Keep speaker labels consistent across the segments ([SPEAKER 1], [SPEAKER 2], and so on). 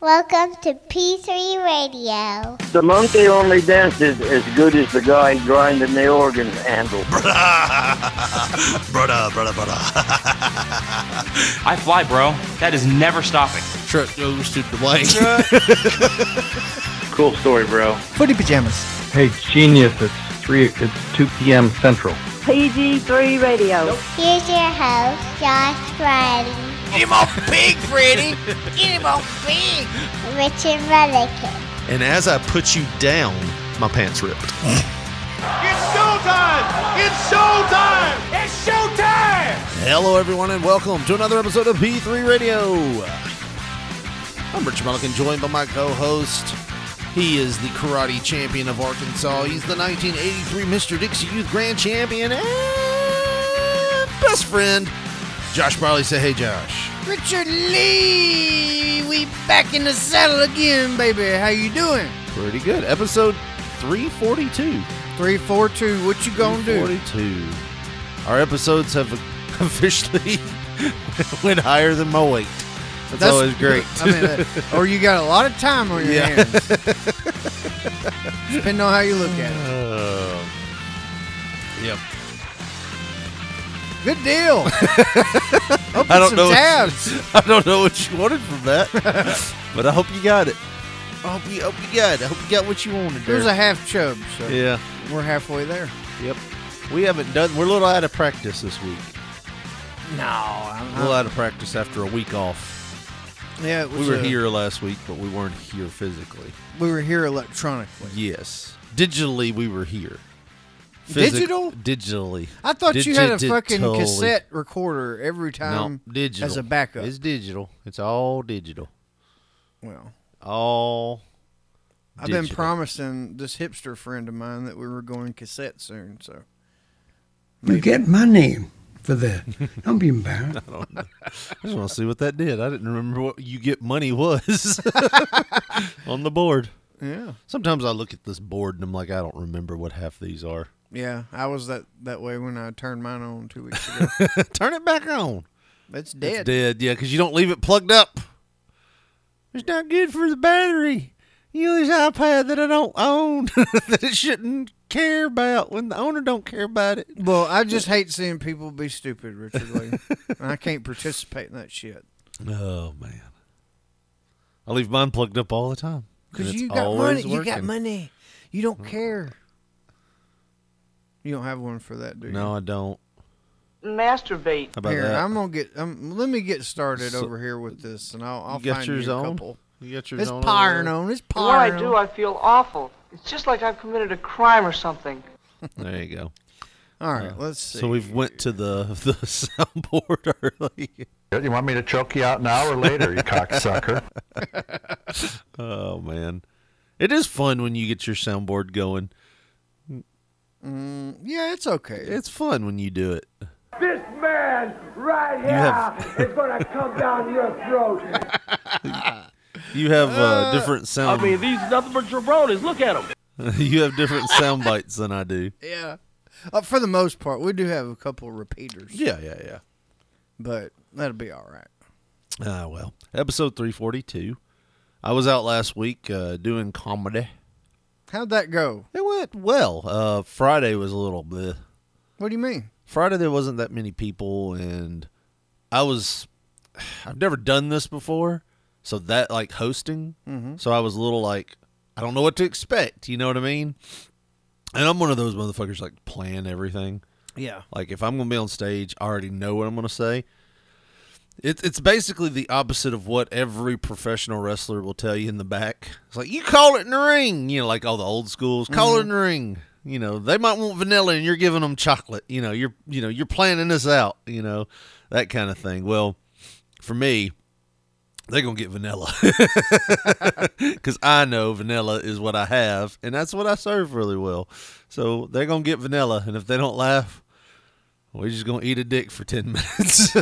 [SPEAKER 1] Welcome to P3 Radio.
[SPEAKER 2] The monkey only dances as good as the guy grinding the organ handle.
[SPEAKER 3] brother, brother, brother.
[SPEAKER 4] I fly, bro. That is never stopping.
[SPEAKER 5] Truck goes to the blank.
[SPEAKER 2] Cool story, bro.
[SPEAKER 6] Footy pajamas.
[SPEAKER 7] Hey, genius! It's three. It's two p.m. Central.
[SPEAKER 8] PG3 Radio.
[SPEAKER 1] Here's your host, Josh Friday,
[SPEAKER 3] Get him off pig, Freddy.
[SPEAKER 1] Richard Mullican.
[SPEAKER 5] and as I put you down, my pants ripped. Hello, everyone, and welcome to another episode of P3 Radio. I'm Rich Mullican, joined by my co host. He is the karate champion of Arkansas. He's the 1983 Mr. Dixie Youth Grand Champion and best friend, Josh Barley. Say, hey, Josh.
[SPEAKER 6] Richard Lee, we back in the saddle again, baby. How you doing?
[SPEAKER 5] Pretty good. Episode 342.
[SPEAKER 6] Three, four, two. What you gonna do?
[SPEAKER 5] 342. Our episodes have officially went higher than my weight. That's,
[SPEAKER 6] That's-
[SPEAKER 5] always great.
[SPEAKER 6] I mean, uh, or you got a lot of time on your
[SPEAKER 5] Yeah.
[SPEAKER 6] hands. Depending on how you look at it.
[SPEAKER 5] Um, yep.
[SPEAKER 6] Good deal. Open
[SPEAKER 5] I don't
[SPEAKER 6] some
[SPEAKER 5] know.
[SPEAKER 6] tabs.
[SPEAKER 5] I don't know what you wanted from that, but I hope you got it. I hope you, hope you got it. I hope you got what you wanted.
[SPEAKER 6] There's a
[SPEAKER 5] there.
[SPEAKER 6] half chub, so
[SPEAKER 5] yeah.
[SPEAKER 6] we're halfway there.
[SPEAKER 5] Yep. We haven't done. We're a little out of practice this week.
[SPEAKER 6] No,
[SPEAKER 5] A little out of practice after a week off.
[SPEAKER 6] yeah, it was
[SPEAKER 5] We were
[SPEAKER 6] uh,
[SPEAKER 5] here last week, but we weren't here physically.
[SPEAKER 6] We were here electronically.
[SPEAKER 5] Yes, digitally we were here.
[SPEAKER 6] Digital?
[SPEAKER 5] Digitally.
[SPEAKER 6] I thought you had a fucking
[SPEAKER 5] Digitally.
[SPEAKER 6] cassette recorder every time.
[SPEAKER 5] no, digital
[SPEAKER 6] as a backup.
[SPEAKER 5] It's digital. It's all digital.
[SPEAKER 6] Well,
[SPEAKER 5] All.
[SPEAKER 6] I've been
[SPEAKER 5] digital.
[SPEAKER 6] promising this hipster friend of mine that we were going cassette soon. So
[SPEAKER 9] You get money for that. Don't be embarrassed.
[SPEAKER 5] I just want to see what that did. I didn't remember what you get money was on the board.
[SPEAKER 6] yeah,
[SPEAKER 5] Sometimes I look at this board and I'm like, I don't remember what half these are.
[SPEAKER 6] yeah, I was that that way when I turned mine on two weeks ago.
[SPEAKER 5] Turn it back on.
[SPEAKER 6] That's dead.
[SPEAKER 5] It's dead, yeah, because you don't leave it plugged up. It's not good for the battery. You know, this iPad that I don't own that it shouldn't care about when the owner don't care about it.
[SPEAKER 6] Well, I just hate seeing people be stupid, Richard Lee. and I can't participate in that shit.
[SPEAKER 5] Oh man, I leave mine plugged up all the time
[SPEAKER 6] Because
[SPEAKER 5] it's
[SPEAKER 6] you got money.
[SPEAKER 5] always
[SPEAKER 6] You got
[SPEAKER 5] working.
[SPEAKER 6] money. You don't care. You don't have one for that, do you?
[SPEAKER 5] No, I don't.
[SPEAKER 8] Masturbate.
[SPEAKER 5] How about
[SPEAKER 6] here,
[SPEAKER 5] that?
[SPEAKER 6] I'm gonna get. Um, let me get started
[SPEAKER 5] So-
[SPEAKER 6] over here with this, and I'll, I'll
[SPEAKER 5] You got
[SPEAKER 6] find
[SPEAKER 5] yours
[SPEAKER 6] you a
[SPEAKER 5] on?
[SPEAKER 6] couple.
[SPEAKER 5] you got your
[SPEAKER 6] It's
[SPEAKER 5] zone
[SPEAKER 6] piring
[SPEAKER 5] over
[SPEAKER 6] on. It's
[SPEAKER 8] And when I
[SPEAKER 6] piring
[SPEAKER 8] do,
[SPEAKER 6] on.
[SPEAKER 8] I feel awful. It's just like I've committed a crime or something.
[SPEAKER 5] there. There you go.
[SPEAKER 6] All right, let's see.
[SPEAKER 5] So we've went to the the soundboard early.
[SPEAKER 10] You want me to choke you out an hour later, you cocksucker?
[SPEAKER 5] Oh man, it is fun when you get your soundboard going.
[SPEAKER 6] Yeah, it's okay.
[SPEAKER 5] It's fun when you do it.
[SPEAKER 10] This man right here is
[SPEAKER 5] have-
[SPEAKER 10] going to come down your throat.
[SPEAKER 5] You have uh, different sound.
[SPEAKER 3] these are nothing but jabronis. Look at them.
[SPEAKER 5] you have different sound bites than I do.
[SPEAKER 6] Yeah. Uh, for the most part, we do have a couple repeaters,
[SPEAKER 5] Yeah, yeah,
[SPEAKER 6] but that'll be all right.
[SPEAKER 5] yeah. Ah, well, episode three forty two. I was out last week uh, doing comedy.
[SPEAKER 6] How'd that go?
[SPEAKER 5] It went well. Uh, Friday was a little bleh.
[SPEAKER 6] What do you mean?
[SPEAKER 5] Friday there wasn't that many people, and I was I've never done this before, so that like hosting, so I was a little like I don't know what to expect. You know what I mean? And I'm one of those motherfuckers like plan everything.
[SPEAKER 6] Yeah.
[SPEAKER 5] Like if I'm gonna be on stage, I already know what I'm gonna say. It's it's basically the opposite of what every professional wrestler will tell you in the back. It's like you call it in the ring, you know, like all the old schools call it in the ring. You know, they might want vanilla and you're giving them chocolate. You know, you're you know you're planning this out. You know, that kind of thing. Well, for me, they're gonna get vanilla because I know vanilla is what I have, and that's what I serve really well. So they're gonna get vanilla, and if they don't laugh, we're just gonna eat a dick for ten minutes.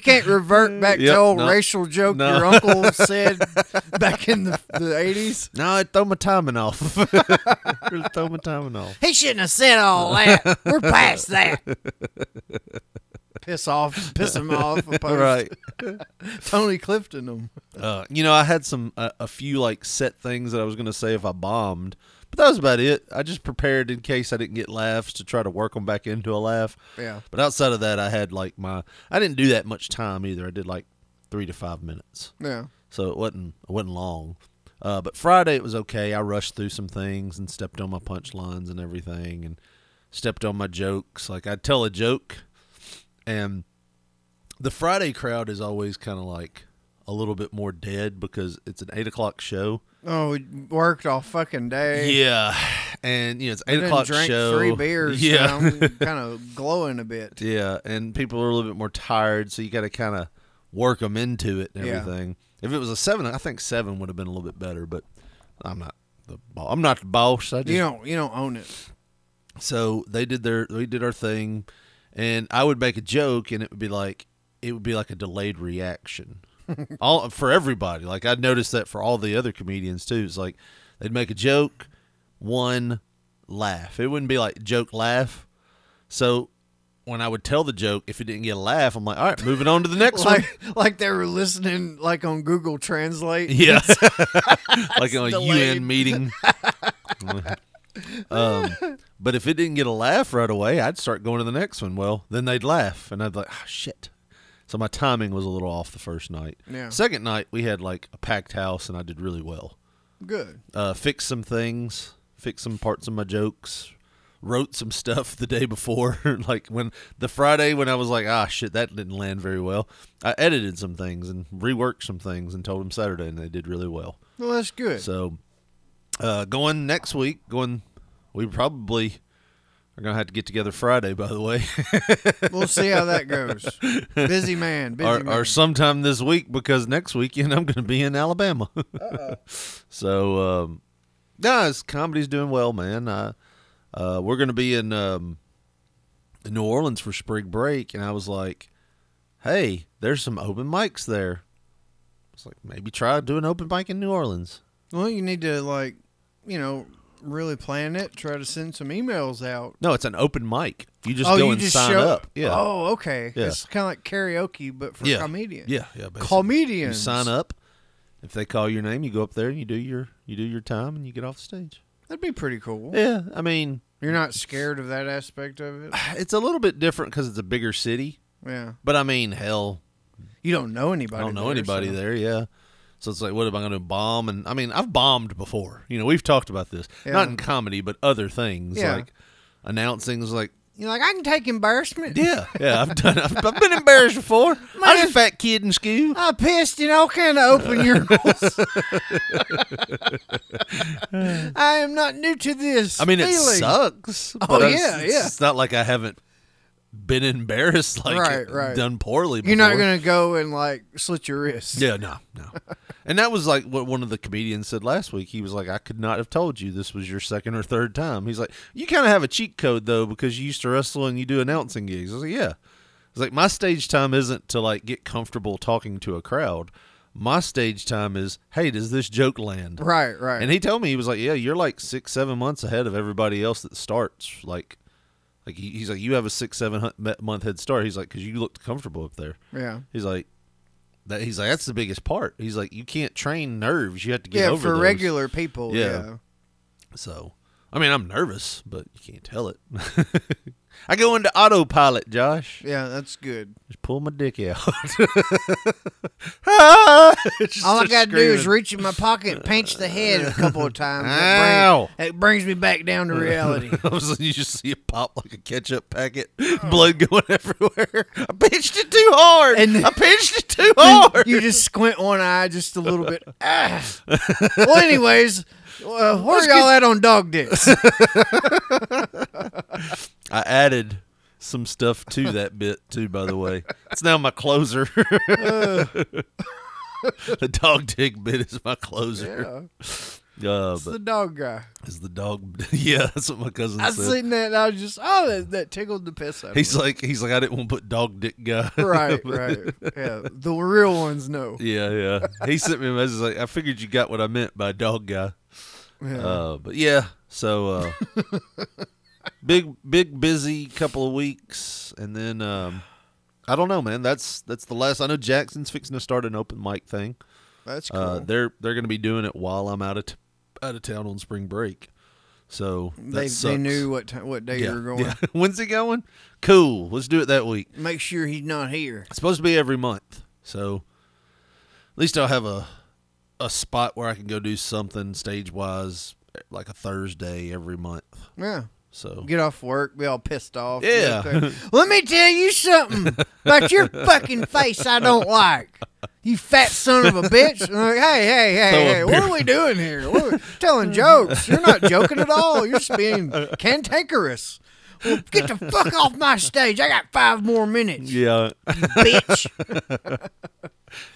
[SPEAKER 6] can't revert back
[SPEAKER 5] Yep,
[SPEAKER 6] to old
[SPEAKER 5] no.
[SPEAKER 6] racial joke
[SPEAKER 5] No.
[SPEAKER 6] your uncle said back in the, the 80s.
[SPEAKER 5] no, it throw my timing off. really throw my timing off.
[SPEAKER 6] He shouldn't have said all that. We're past that. piss off, piss him off. Opposed
[SPEAKER 5] Right.
[SPEAKER 6] Tony Clifton him.
[SPEAKER 5] Uh, you know, I had some a, a few like set things that I was going to say if I bombed, but that was about it. I just prepared in case I didn't get laughs to try to work them back into a laugh.
[SPEAKER 6] Yeah.
[SPEAKER 5] But outside of that, I had like my I didn't do that much time either. I did like three to five minutes,
[SPEAKER 6] Yeah.
[SPEAKER 5] so it wasn't it wasn't long. Uh, but Friday it was okay. I rushed through some things and stepped on my punchlines and everything, and stepped on my jokes. Like I'd tell a joke, and the Friday crowd is always kind of like a little bit more dead because it's an eight o'clock show.
[SPEAKER 6] Oh, we worked all fucking day.
[SPEAKER 5] Yeah, and you know it's eight
[SPEAKER 6] Didn't
[SPEAKER 5] o'clock
[SPEAKER 6] drink
[SPEAKER 5] show.
[SPEAKER 6] three beers.
[SPEAKER 5] Yeah,
[SPEAKER 6] Yeah. I'm kind of glowing a bit.
[SPEAKER 5] Yeah, and people are a little bit more tired, so you got to kind of work them into it and
[SPEAKER 6] Yeah.
[SPEAKER 5] everything. If it was a seven, I think seven would have been a little bit better, but I'm not the boss. I'm not the boss. I just
[SPEAKER 6] You don't. You don't own it.
[SPEAKER 5] so they did their we did our thing, and I would make a joke, and it would be like it would be like a delayed reaction, all for everybody. Like I'd noticed that for all the other comedians too. It's like they'd make a joke, one laugh. It wouldn't be like joke laugh. So when I would tell the joke, if it didn't get a laugh, I'm like, all right, moving on to the next one.
[SPEAKER 6] Like, like they were listening, like on Google Translate.
[SPEAKER 5] Yeah. like on a
[SPEAKER 6] delayed.
[SPEAKER 5] UN meeting. um, but if it didn't get a laugh right away, I'd start going to the next one. Well, then they'd laugh, and I'd be like, oh, shit. So my timing was a little off the first night.
[SPEAKER 6] Yeah.
[SPEAKER 5] Second night, we had like a packed house, and I did really well.
[SPEAKER 6] Good.
[SPEAKER 5] Uh, fixed some things, fixed some parts of my jokes, wrote some stuff the day before. like when the Friday when I was like, ah, shit, that didn't land very well. I edited some things and reworked some things and told them Saturday, and they did really well.
[SPEAKER 6] Well, that's good.
[SPEAKER 5] So, uh, going next week, going, we probably are going to have to get together Friday, by the way,
[SPEAKER 6] We'll see how that goes. Busy man. Busy
[SPEAKER 5] or,
[SPEAKER 6] man.
[SPEAKER 5] or sometime this week because next weekend I'm going to be in Alabama. so, um, guys, comedy's doing well, man. Uh, uh, we're going to be in, um, in New Orleans for spring break, and I was like, hey, there's some open mics there. It's like, maybe try doing open mic in New Orleans.
[SPEAKER 6] well, you need to like, you know, really plan it. Try to send some emails out.
[SPEAKER 5] No, it's an open mic. You just
[SPEAKER 6] oh,
[SPEAKER 5] go
[SPEAKER 6] you
[SPEAKER 5] and
[SPEAKER 6] just
[SPEAKER 5] sign
[SPEAKER 6] show
[SPEAKER 5] up. Yeah.
[SPEAKER 6] Oh, okay.
[SPEAKER 5] Yeah.
[SPEAKER 6] It's kind of like karaoke, but for
[SPEAKER 5] yeah.
[SPEAKER 6] comedians.
[SPEAKER 5] Yeah, yeah. basically. You
[SPEAKER 6] Comedians.
[SPEAKER 5] sign up. If they call your name, you go up there and you do your you do your time and you get off the stage.
[SPEAKER 6] That'd be pretty cool.
[SPEAKER 5] Yeah, I mean,
[SPEAKER 6] You're not scared of that aspect of it.
[SPEAKER 5] it's a little bit different because it's a bigger city.
[SPEAKER 6] Yeah.
[SPEAKER 5] But I mean, hell,
[SPEAKER 6] You don't know anybody.
[SPEAKER 5] I don't know
[SPEAKER 6] there,
[SPEAKER 5] anybody
[SPEAKER 6] so-
[SPEAKER 5] there. Yeah. So it's like, what am I going to bomb? And I mean, I've bombed before. You know, we've talked about this, not
[SPEAKER 6] Yeah.
[SPEAKER 5] in comedy, but other things
[SPEAKER 6] Yeah.
[SPEAKER 5] like announcing is like,
[SPEAKER 6] You're like, I can take embarrassment.
[SPEAKER 5] yeah, yeah, I've done, I've, I've been embarrassed before. I was a fat kid in school.
[SPEAKER 6] I pissed in all kind of open urinals. I am not new to this.
[SPEAKER 5] I mean, it
[SPEAKER 6] feeling.
[SPEAKER 5] sucks. But
[SPEAKER 6] Oh,
[SPEAKER 5] it's-
[SPEAKER 6] yeah,
[SPEAKER 5] it's,
[SPEAKER 6] yeah.
[SPEAKER 5] It's not like I haven't been embarrassed, like
[SPEAKER 6] Right, right.
[SPEAKER 5] done poorly.
[SPEAKER 6] You're not
[SPEAKER 5] before.
[SPEAKER 6] gonna go and like slit your wrists.
[SPEAKER 5] Yeah, no, no. and that was like what one of the comedians said last week. He was like, "I could not have told you this was your second or third time." He's like, "You kind of have a cheat code though because you used to wrestle and you do announcing gigs." I was like, "Yeah." It's like my stage time isn't to like get comfortable talking to a crowd. My stage time is, "Hey, does this joke land?"
[SPEAKER 6] Right, right.
[SPEAKER 5] And he told me he was like, "Yeah, you're like six, seven months ahead of everybody else that starts." Like, like he, he's like, "You have a six, seven hun- me- month head start." He's like, "Cause you looked comfortable up there."
[SPEAKER 6] yeah.
[SPEAKER 5] He's like, that. He's like, that's the biggest part. He's like, you can't train nerves. You have to get
[SPEAKER 6] Yeah,
[SPEAKER 5] over
[SPEAKER 6] for
[SPEAKER 5] those."
[SPEAKER 6] regular people.
[SPEAKER 5] Yeah.
[SPEAKER 6] Yeah.
[SPEAKER 5] So, I mean, I'm nervous, but you can't tell it. I go into autopilot, Josh.
[SPEAKER 6] Yeah, that's good.
[SPEAKER 5] Just pull my dick out. Ah! Just
[SPEAKER 6] All I
[SPEAKER 5] start
[SPEAKER 6] gotta do is
[SPEAKER 5] screaming.
[SPEAKER 6] reach in my pocket and pinch the head a couple of times.
[SPEAKER 5] Ow.
[SPEAKER 6] It, bring, it brings me back down to reality.
[SPEAKER 5] All of a sudden, you just see it pop like a ketchup packet,
[SPEAKER 6] Oh.
[SPEAKER 5] blood going everywhere. I pinched it too hard.
[SPEAKER 6] And-
[SPEAKER 5] I pinched it too hard.
[SPEAKER 6] you just squint one eye just a little bit. Ah. Well, anyways, uh, where y'all at on dog dicks?
[SPEAKER 5] I added some stuff to that bit too, by the way. It's now my closer. the dog dick bit is my closer. Yeah. Uh,
[SPEAKER 6] It's
[SPEAKER 5] but
[SPEAKER 6] the dog guy.
[SPEAKER 5] it's the dog. Yeah, that's what my cousin
[SPEAKER 6] I
[SPEAKER 5] said.
[SPEAKER 6] seen that. And I was just, oh, that, that tickled the piss out of me.
[SPEAKER 5] He's like, he's like, I didn't want to put dog dick guy.
[SPEAKER 6] right, right. Yeah, the real ones know.
[SPEAKER 5] yeah, yeah. He sent me a message like, I figured you got what I meant by dog guy.
[SPEAKER 6] Uh-huh.
[SPEAKER 5] Uh, but yeah, so uh, big, big, busy couple of weeks, and then um, I don't know, man. That's that's the last. I know Jackson's fixing to start an open mic thing.
[SPEAKER 6] That's
[SPEAKER 5] Uh,
[SPEAKER 6] cool.
[SPEAKER 5] they're they're going to be doing it while I'm out of t- out of town on spring break. So that
[SPEAKER 6] they, they
[SPEAKER 5] sucks.
[SPEAKER 6] knew what ti what day
[SPEAKER 5] Yeah,
[SPEAKER 6] you were going.
[SPEAKER 5] yeah. When's he going? Cool. Let's do it that week.
[SPEAKER 6] Make sure he's not here.
[SPEAKER 5] It's supposed to be every month, so at least I'll have a a spot where I can go do something stage wise, like a Thursday every month.
[SPEAKER 6] Yeah.
[SPEAKER 5] So
[SPEAKER 6] Get off work, be all pissed off.
[SPEAKER 5] Yeah.
[SPEAKER 6] Okay. Let me tell you something about your fucking face I don't like. You fat son of a bitch. And I'm like, hey, hey, hey,
[SPEAKER 5] Throw a
[SPEAKER 6] hey, what
[SPEAKER 5] beer.
[SPEAKER 6] are we doing here? What are we- telling jokes. You're not joking at all. You're just being cantankerous. Well, get the fuck off my stage. I got five more minutes,
[SPEAKER 5] yeah,
[SPEAKER 6] bitch.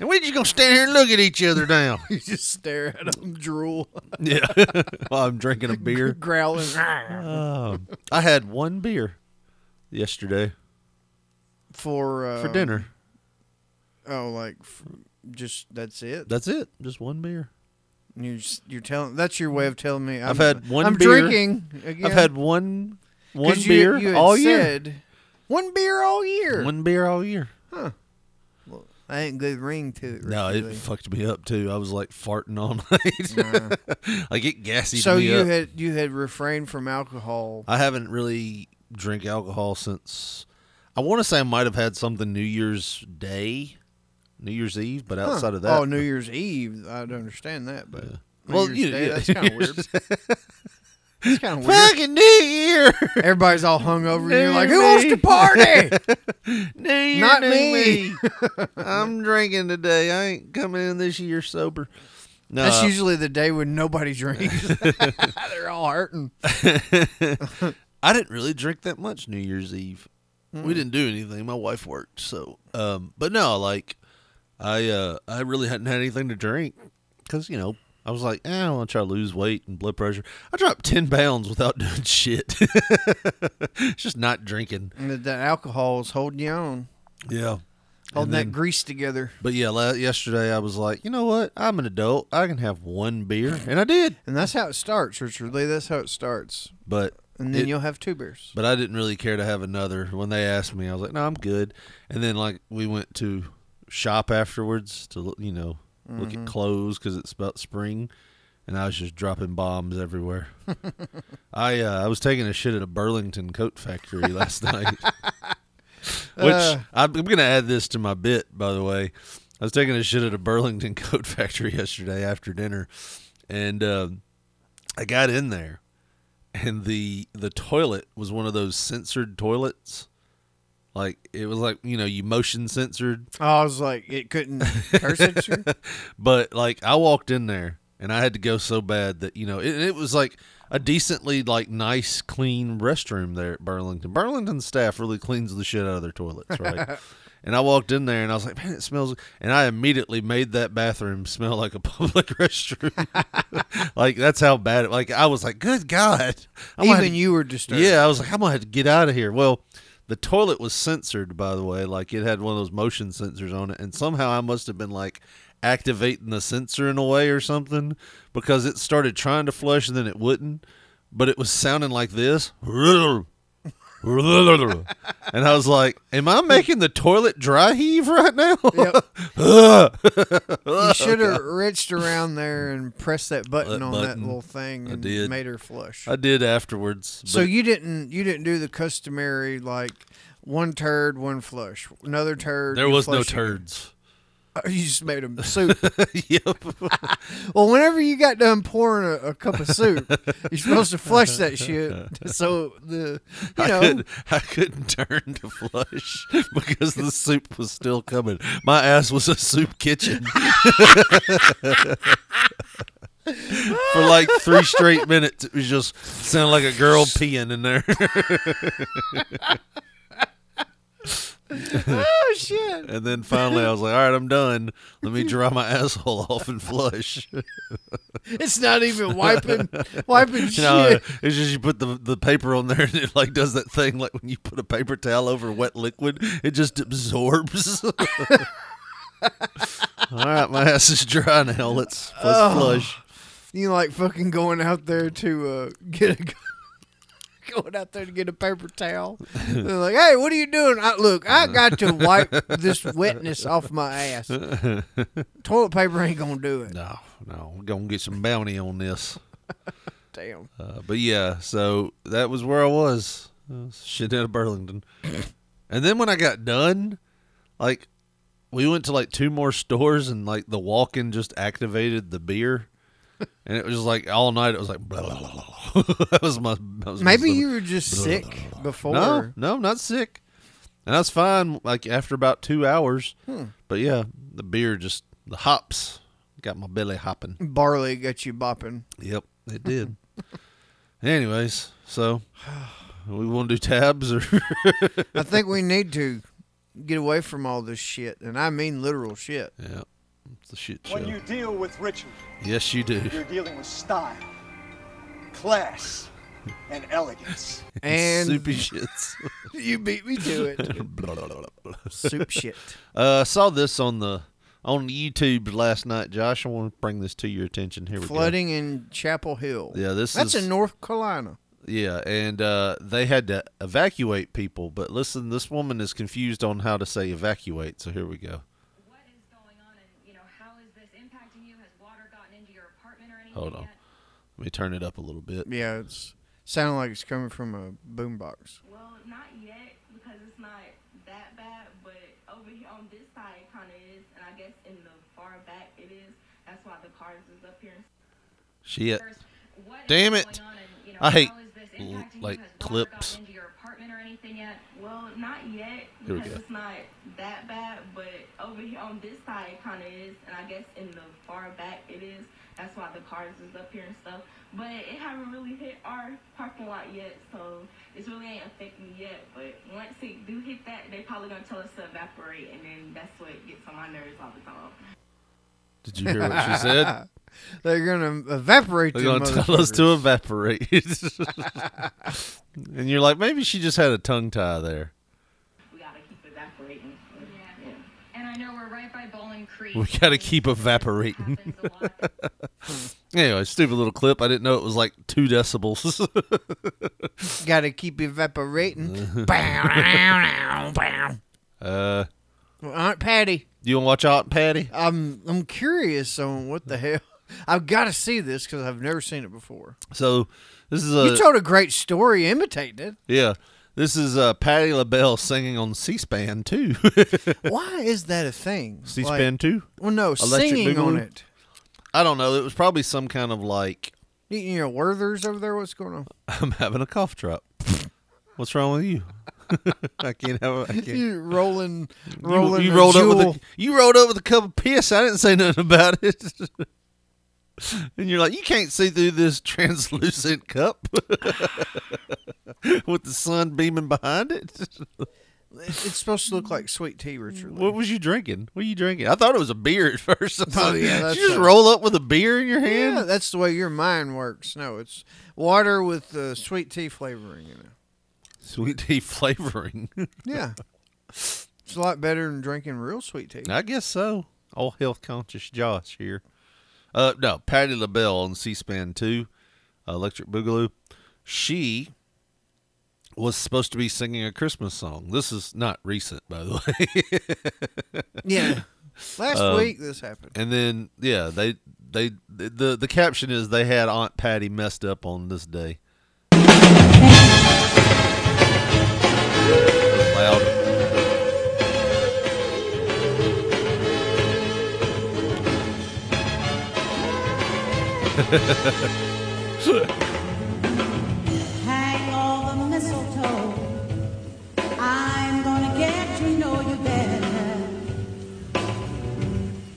[SPEAKER 5] and we're just gonna stand here and look at each other now.
[SPEAKER 6] You just stare at him, drool,
[SPEAKER 5] yeah, while I'm drinking a beer.
[SPEAKER 6] growling.
[SPEAKER 5] I had one beer yesterday
[SPEAKER 6] For, uh,
[SPEAKER 5] for dinner.
[SPEAKER 6] Oh, like, f- just that's it.
[SPEAKER 5] That's it. Just one beer.
[SPEAKER 6] You're just, you're telling. That's your way of telling me. I'm,
[SPEAKER 5] I've had one
[SPEAKER 6] I'm
[SPEAKER 5] beer.
[SPEAKER 6] drinking. Again.
[SPEAKER 5] I've had one
[SPEAKER 6] 'Cause
[SPEAKER 5] one
[SPEAKER 6] you-
[SPEAKER 5] beer
[SPEAKER 6] you had
[SPEAKER 5] all
[SPEAKER 6] said, One beer all year.
[SPEAKER 5] year. One beer all year.
[SPEAKER 6] I ain't good ring to it.
[SPEAKER 5] No, it
[SPEAKER 6] really.
[SPEAKER 5] fucked me up too. I was like farting all night. I get gassy.
[SPEAKER 6] So
[SPEAKER 5] me
[SPEAKER 6] you
[SPEAKER 5] up.
[SPEAKER 6] had you had refrained from alcohol.
[SPEAKER 5] I haven't really drank alcohol since. I want to say I might have had something New Year's Day, New Year's Eve, but outside of that,
[SPEAKER 6] oh, New Year's Eve. I don't understand that, but New
[SPEAKER 5] Well,
[SPEAKER 6] Year's
[SPEAKER 5] you-
[SPEAKER 6] Day,
[SPEAKER 5] yeah.
[SPEAKER 6] that's kind of weird. It's kind of weird.
[SPEAKER 5] fucking New Year,
[SPEAKER 6] Everybody's all hungover. And you're like,
[SPEAKER 5] New
[SPEAKER 6] who wants to
[SPEAKER 5] Year.
[SPEAKER 6] party?
[SPEAKER 5] New Year,
[SPEAKER 6] Not
[SPEAKER 5] new
[SPEAKER 6] me.
[SPEAKER 5] I'm drinking today. I ain't coming in this year sober. No,
[SPEAKER 6] That's usually the day when nobody drinks. They're all hurting.
[SPEAKER 5] I didn't really drink that much New Year's Eve.
[SPEAKER 6] Mm.
[SPEAKER 5] We didn't do anything. My wife worked, so um, but no, like I uh, I really hadn't had anything to drink because you know I was like, eh, I want to try to lose weight and blood pressure. I dropped ten pounds without doing shit. It's just not drinking.
[SPEAKER 6] And that, that alcohol is holding you on,
[SPEAKER 5] Yeah.
[SPEAKER 6] holding
[SPEAKER 5] then-
[SPEAKER 6] that grease together.
[SPEAKER 5] But yeah, la- yesterday I was like, you know what? I'm an adult. I can have one beer, and I did.
[SPEAKER 6] And that's how it starts, Richard Lee. That's how it starts.
[SPEAKER 5] But
[SPEAKER 6] And then
[SPEAKER 5] it-
[SPEAKER 6] you'll have two beers.
[SPEAKER 5] but I didn't really care to have another. When they asked me, I was like, "No, I'm good." And then like we went to shop afterwards to look- you know look at clothes because it's about spring, and I was just dropping bombs everywhere. I uh, I was taking a shit at a Burlington coat factory last night, which I'm, I'm gonna add this to my bit by the way. I was taking a shit at a Burlington coat factory yesterday after dinner, and um I got in there and the the toilet was one of those censored toilets. Like it was like you know you motion censored,
[SPEAKER 6] I was like, it couldn't curse at you.
[SPEAKER 5] but like I walked in there and I had to go so bad that you know it, it was like a decently like nice clean restroom there at Burlington. Burlington staff really cleans the shit out of their toilets, right? and I walked in there and I was like, man, it smells. And I immediately made that bathroom smell like a public restroom. like that's how bad it. Like I was like, good God, I'm gonna have to
[SPEAKER 6] Even you were disturbed.
[SPEAKER 5] Yeah, I was like, I'm gonna have to get out of here. Well, the toilet was censored, by the way. Like it had one of those motion sensors on it, and somehow I must have been like activating the sensor in a way or something because it started trying to flush and then it wouldn't. But it was sounding like this. And I was like, Am I making the toilet dry heave right now?
[SPEAKER 6] Yep. you should have reached around there and pressed that button
[SPEAKER 5] Oh, That
[SPEAKER 6] on that
[SPEAKER 5] button.
[SPEAKER 6] little thing
[SPEAKER 5] I
[SPEAKER 6] and
[SPEAKER 5] did.
[SPEAKER 6] made her flush.
[SPEAKER 5] I did afterwards.
[SPEAKER 6] so
[SPEAKER 5] but-
[SPEAKER 6] you didn't you didn't do the customary like one turd, one flush, another turd.
[SPEAKER 5] there
[SPEAKER 6] you
[SPEAKER 5] was no
[SPEAKER 6] flush again.
[SPEAKER 5] turds.
[SPEAKER 6] You just made them soup.
[SPEAKER 5] yep.
[SPEAKER 6] Well, whenever you got done pouring a, a cup of soup, you're supposed to flush that shit. So the you
[SPEAKER 5] I,
[SPEAKER 6] know
[SPEAKER 5] couldn't, I couldn't turn to flush because the soup was still coming. My ass was a soup kitchen for like three straight minutes. It was just sounded like a girl peeing in there.
[SPEAKER 6] oh shit.
[SPEAKER 5] and then finally, I was like, "All right, I'm done. Let me dry my asshole off and flush."
[SPEAKER 6] It's not even wiping wiping
[SPEAKER 5] You know,
[SPEAKER 6] shit.
[SPEAKER 5] it's just you put the the paper on there and it like does that thing like when you put a paper towel over wet liquid, it just absorbs. All right, my ass is dry now. Let's let's flush.
[SPEAKER 6] You like fucking going out there to uh, get a going out there to get a paper towel. They're like, "Hey, what are you doing?" I, look, I got to wipe this wetness off my ass. Toilet paper ain't gonna do it.
[SPEAKER 5] No, no, we're gonna get some bounty on this.
[SPEAKER 6] Damn.
[SPEAKER 5] Uh, but yeah, so that was where I was. Uh, shit out of Burlington. and then when I got done, like we went to like two more stores and like the walk in just activated the beer. And it was like all night it was like blah, blah, blah, blah, blah. that was my that was my
[SPEAKER 6] Maybe
[SPEAKER 5] stomach.
[SPEAKER 6] you were just sick before.
[SPEAKER 5] No, no, not sick. And I was fine like after about two hours.
[SPEAKER 6] Hmm.
[SPEAKER 5] But yeah, the beer just the hops got my belly hopping.
[SPEAKER 6] Barley got you bopping.
[SPEAKER 5] Yep, it did. Anyways, so we want to do tabs or
[SPEAKER 6] I think we need to get away from all this shit, and I mean literal shit.
[SPEAKER 5] yeah, it's a shit show.
[SPEAKER 11] When you deal with Richard,
[SPEAKER 5] yes, you do.
[SPEAKER 11] you're dealing with style, class, and elegance.
[SPEAKER 6] And-
[SPEAKER 5] soupy shits.
[SPEAKER 6] You beat me to it. Soup shit.
[SPEAKER 5] Uh, I saw this on the on YouTube last night, Josh. I want to bring this to your attention. Here we
[SPEAKER 6] Flooding in Chapel Hill.
[SPEAKER 5] go. Yeah, this
[SPEAKER 6] That's
[SPEAKER 5] is
[SPEAKER 6] in North Carolina.
[SPEAKER 5] Yeah, and uh, they had to evacuate people. But listen, this woman is confused on how to say evacuate. So here we go. Hold on. Let me turn it up a little bit.
[SPEAKER 6] Yeah, it's sounding like it's coming from a boombox.
[SPEAKER 12] Well, not yet because it's not that bad, but over here on this side it kind of is, and I guess in the far back it is. That's why the cars is up here.
[SPEAKER 5] Shit.
[SPEAKER 12] What is
[SPEAKER 5] Damn
[SPEAKER 12] going
[SPEAKER 5] it.
[SPEAKER 12] on and, you know,
[SPEAKER 5] I hate
[SPEAKER 12] how is this
[SPEAKER 5] l-
[SPEAKER 12] impacting you?
[SPEAKER 5] like
[SPEAKER 12] Has water
[SPEAKER 5] clips.
[SPEAKER 12] gotten into your apartment or anything yet? Well, not yet
[SPEAKER 5] Here we
[SPEAKER 12] because
[SPEAKER 5] go.
[SPEAKER 12] it's not that bad, but over here on this side it kind of is, and I guess in the far back it is. That's why the cars is up here and stuff. But it haven't really hit our parking lot yet, so it's really ain't affecting me yet. But once it do hit that, they probably gonna tell us to evaporate, and then that's what gets on my nerves all the time.
[SPEAKER 5] Did you hear what she said?
[SPEAKER 6] They're going to evaporate
[SPEAKER 5] They're
[SPEAKER 6] them
[SPEAKER 5] going to tell us to
[SPEAKER 6] motherfuckers.
[SPEAKER 5] evaporate. and you're like, maybe she just had a tongue tie there.
[SPEAKER 12] We gotta keep evaporating.
[SPEAKER 13] Yeah. And I know we're right by Bowling Creek.
[SPEAKER 5] We got to keep evaporating. anyway, stupid little clip. I didn't know it was like two decibels.
[SPEAKER 6] Got to keep evaporating.
[SPEAKER 5] uh,
[SPEAKER 6] Well, Aunt Patty,
[SPEAKER 5] do you want to watch Aunt Patty?
[SPEAKER 6] I'm I'm curious on what the hell. I've got to see this because I've never seen it before.
[SPEAKER 5] So this is a
[SPEAKER 6] you told a great story imitating
[SPEAKER 5] yeah. This is uh, Patty LaBelle singing on C-SPAN too.
[SPEAKER 6] it. Why is that a thing?
[SPEAKER 5] C-SPAN
[SPEAKER 6] Like-
[SPEAKER 5] too.
[SPEAKER 6] Well, no, singing on it.
[SPEAKER 5] I don't know. It was probably some kind of like
[SPEAKER 6] Eating your Werthers over there. What's going on?
[SPEAKER 5] I'm having a cough drop. What's wrong with you? I can't have. a- I can't.
[SPEAKER 6] You rolling, rolling.
[SPEAKER 5] you
[SPEAKER 6] a
[SPEAKER 5] rolled up
[SPEAKER 6] jewel.
[SPEAKER 5] with a, you rolled up with a cup of piss. I didn't say nothing about it. and you're like, you can't see through this translucent cup with the sun beaming behind it.
[SPEAKER 6] It's it's supposed to look like sweet tea, Richard.
[SPEAKER 5] what was you drinking? What are you drinking? I thought it was a beer at first. I was
[SPEAKER 6] Oh,
[SPEAKER 5] like,
[SPEAKER 6] yeah,
[SPEAKER 5] "Did
[SPEAKER 6] that's
[SPEAKER 5] you just
[SPEAKER 6] a-
[SPEAKER 5] roll up with a beer in your hand.
[SPEAKER 6] Yeah, that's the way your mind works. No, it's water with uh, sweet tea flavoring in it.
[SPEAKER 5] Sweet tea flavoring.
[SPEAKER 6] Yeah. It's a lot better than drinking real sweet tea.
[SPEAKER 5] I guess so. All health conscious Josh here. Uh, no, Patty LaBelle on C-SPAN two, Electric Boogaloo. She was supposed to be singing a Christmas song. This is not recent, by the way.
[SPEAKER 6] Yeah. Last
[SPEAKER 5] Um,
[SPEAKER 6] week this happened.
[SPEAKER 5] and then yeah, they they the, the the caption is they had Aunt Patty messed up on this day. That's loud.
[SPEAKER 14] Hang all the mistletoe. I'm gonna get to know you better.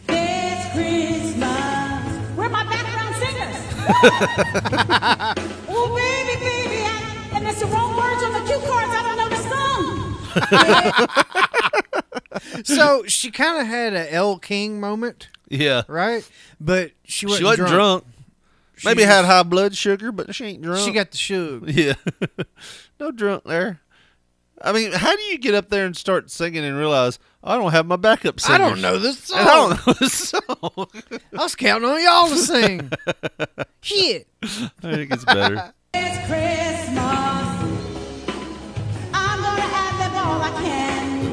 [SPEAKER 14] This Christmas. Where are my background singers? oh, baby, baby. I, and that's the wrong words on the cue cards. I don't know the song.
[SPEAKER 6] so she kind of had a L King moment,
[SPEAKER 5] Yeah,
[SPEAKER 6] right? But she wasn't,
[SPEAKER 5] she wasn't drunk. Maybe
[SPEAKER 6] She
[SPEAKER 5] had
[SPEAKER 6] was-
[SPEAKER 5] high blood sugar, but she ain't drunk.
[SPEAKER 6] She got the shug.
[SPEAKER 5] Yeah. no drunk there. I mean, how do you get up there and start singing and realize I don't have my backup singer?
[SPEAKER 6] I don't know this song.
[SPEAKER 5] And I don't know this song.
[SPEAKER 6] I was counting on y'all to sing. Shit.
[SPEAKER 5] I think it's better.
[SPEAKER 14] This Christmas. all I can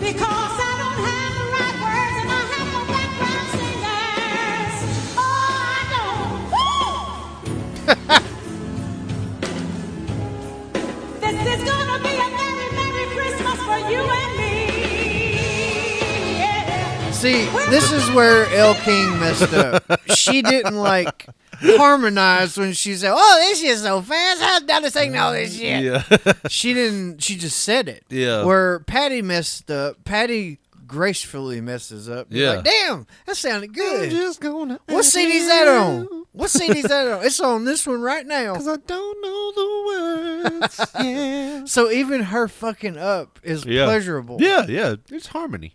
[SPEAKER 14] because I don't have the right words and I have no background singers. Oh, I don't. Woo! this is gonna be a merry, merry Christmas for you and me. Yeah.
[SPEAKER 6] See, this is where El King messed up. She didn't like harmonize when she said, "Oh, this shit's so fast. I've done to sing all this shit."
[SPEAKER 5] Yeah.
[SPEAKER 6] she didn't. She just said it.
[SPEAKER 5] Yeah.
[SPEAKER 6] Where Patty messed up. Patty gracefully messes up. You're
[SPEAKER 5] Yeah.
[SPEAKER 6] Like, damn, that sounded good.
[SPEAKER 5] just gonna
[SPEAKER 6] what CD's that on? What CD's that on? It's on this one right now. Because
[SPEAKER 5] I don't know the words. yeah.
[SPEAKER 6] So even her fucking up is pleasurable.
[SPEAKER 5] Yeah, yeah. It's harmony.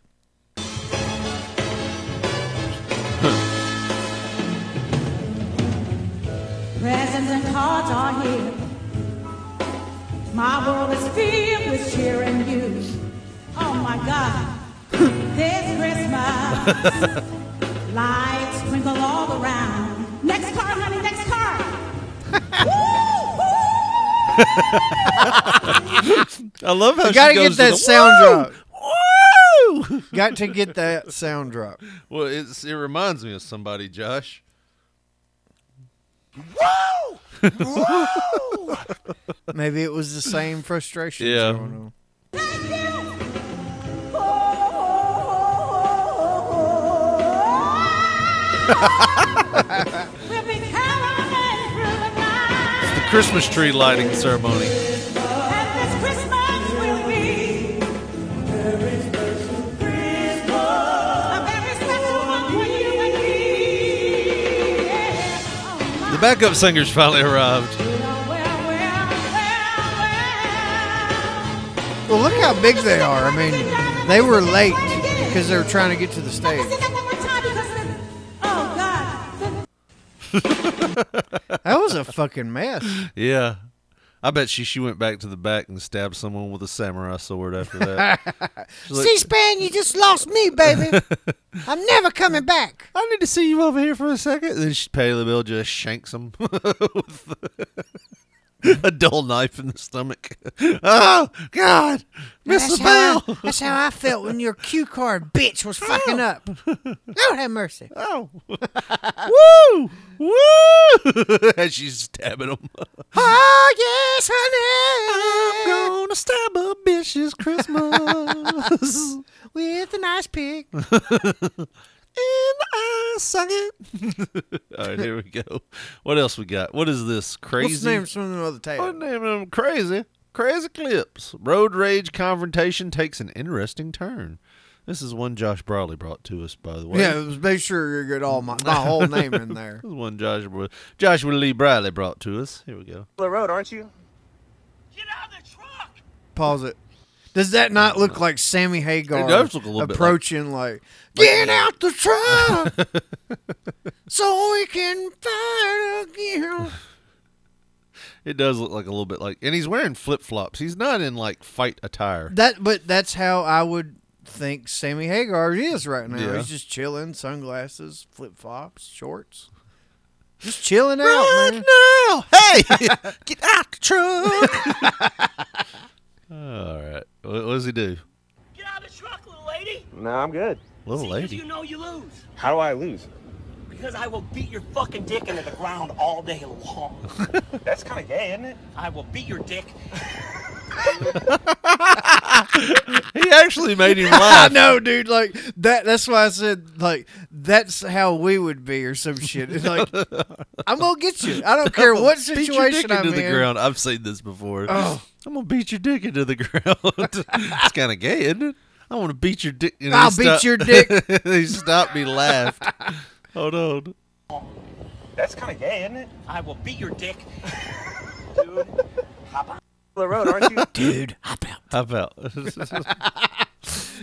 [SPEAKER 14] Presents and cards are here. My world is filled with cheer and you. Oh my God, this Christmas. Lights twinkle all around. Next car, honey, next car.
[SPEAKER 5] I love how
[SPEAKER 6] You gotta
[SPEAKER 5] she
[SPEAKER 6] get
[SPEAKER 5] goes to
[SPEAKER 6] that
[SPEAKER 5] the,
[SPEAKER 6] sound drop.
[SPEAKER 5] "Woo!" Woo!
[SPEAKER 6] Got to get that sound drop.
[SPEAKER 5] Well, it's it reminds me of somebody, Josh.
[SPEAKER 6] Maybe it was the same frustration.
[SPEAKER 5] Yeah.
[SPEAKER 6] going on.
[SPEAKER 14] We'll be caroling through the night.
[SPEAKER 5] The Christmas tree lighting ceremony.
[SPEAKER 14] And this Christmas will be a very special one for you and me. Yeah.
[SPEAKER 5] The backup singers finally arrived.
[SPEAKER 6] Well, look how big they are. I mean, they were late because they were trying to get to the stage.
[SPEAKER 14] Oh God,
[SPEAKER 6] That was a fucking mess.
[SPEAKER 5] Yeah. I bet she she went back to the back and stabbed someone with a samurai sword after that. She's like,
[SPEAKER 6] C-SPAN, you just lost me, baby. I'm never coming back.
[SPEAKER 5] I need to see you over here for a second. Then she, Patty LaBelle just shanks him with a dull knife in the stomach. oh God, Miss
[SPEAKER 6] That's how, I,
[SPEAKER 5] LaBelle.
[SPEAKER 6] that's how I felt when your cue card bitch was fucking up. Lord have mercy.
[SPEAKER 5] Oh. Woo! Woo! As she's stabbing him. Ah,
[SPEAKER 6] Oh, yes, honey.
[SPEAKER 5] I'm gonna stab a bitch this Christmas.
[SPEAKER 6] With a nice pig.
[SPEAKER 5] and I suck it. All right, here we go. What else we got? What is this crazy?
[SPEAKER 6] What's the name of some of them other
[SPEAKER 5] What
[SPEAKER 6] tales?
[SPEAKER 5] name them crazy? Crazy clips. Road rage confrontation takes an interesting turn. This is one Josh Brawley brought to us, by the way.
[SPEAKER 6] Yeah, it was make sure you get all my, my whole name in there.
[SPEAKER 5] This is one Josh, Joshua Lee Briley brought to us. Here we go.
[SPEAKER 11] The road, aren't you?
[SPEAKER 6] Pause it. Does that not look like Sammy Hagar
[SPEAKER 5] It does look a little bit like-
[SPEAKER 6] approaching like, get out the truck so we can fight again?
[SPEAKER 5] It does look like a little bit like, and he's wearing flip flops. He's not in like fight attire.
[SPEAKER 6] That, but that's how I would think Sammy Hagar is right now.
[SPEAKER 5] Yeah.
[SPEAKER 6] He's just chilling, sunglasses, flip flops, shorts, just chilling out, man.
[SPEAKER 5] now, hey, get out the truck. All right, what, what does he do?
[SPEAKER 15] Get out of the truck, little lady.
[SPEAKER 2] No, I'm good.
[SPEAKER 5] Little
[SPEAKER 15] Because
[SPEAKER 5] lady.
[SPEAKER 15] you know you lose.
[SPEAKER 2] How do I lose?
[SPEAKER 15] Because I will beat your fucking dick into the ground all day long.
[SPEAKER 2] That's kind of gay, isn't it?
[SPEAKER 15] I will beat your dick.
[SPEAKER 5] He actually made him
[SPEAKER 6] I
[SPEAKER 5] laugh.
[SPEAKER 6] know, dude. Like that. That's why I said like that's how we would be or some shit. It's like I'm gonna get you. I don't care what
[SPEAKER 5] Beat
[SPEAKER 6] situation
[SPEAKER 5] your dick into
[SPEAKER 6] I'm
[SPEAKER 5] the
[SPEAKER 6] in.
[SPEAKER 5] ground. I've seen this before.
[SPEAKER 6] Oh.
[SPEAKER 5] I'm gonna beat your dick into the ground. it's kind of gay, isn't it? I want to beat your dick. and he
[SPEAKER 6] I'll beat
[SPEAKER 5] stopped-
[SPEAKER 6] your dick.
[SPEAKER 5] he stopped me. Laughed. Hold on.
[SPEAKER 2] That's kind of gay, isn't it?
[SPEAKER 15] I will beat your dick.
[SPEAKER 2] The road, aren't you?
[SPEAKER 6] dude. Hop out.
[SPEAKER 5] How about?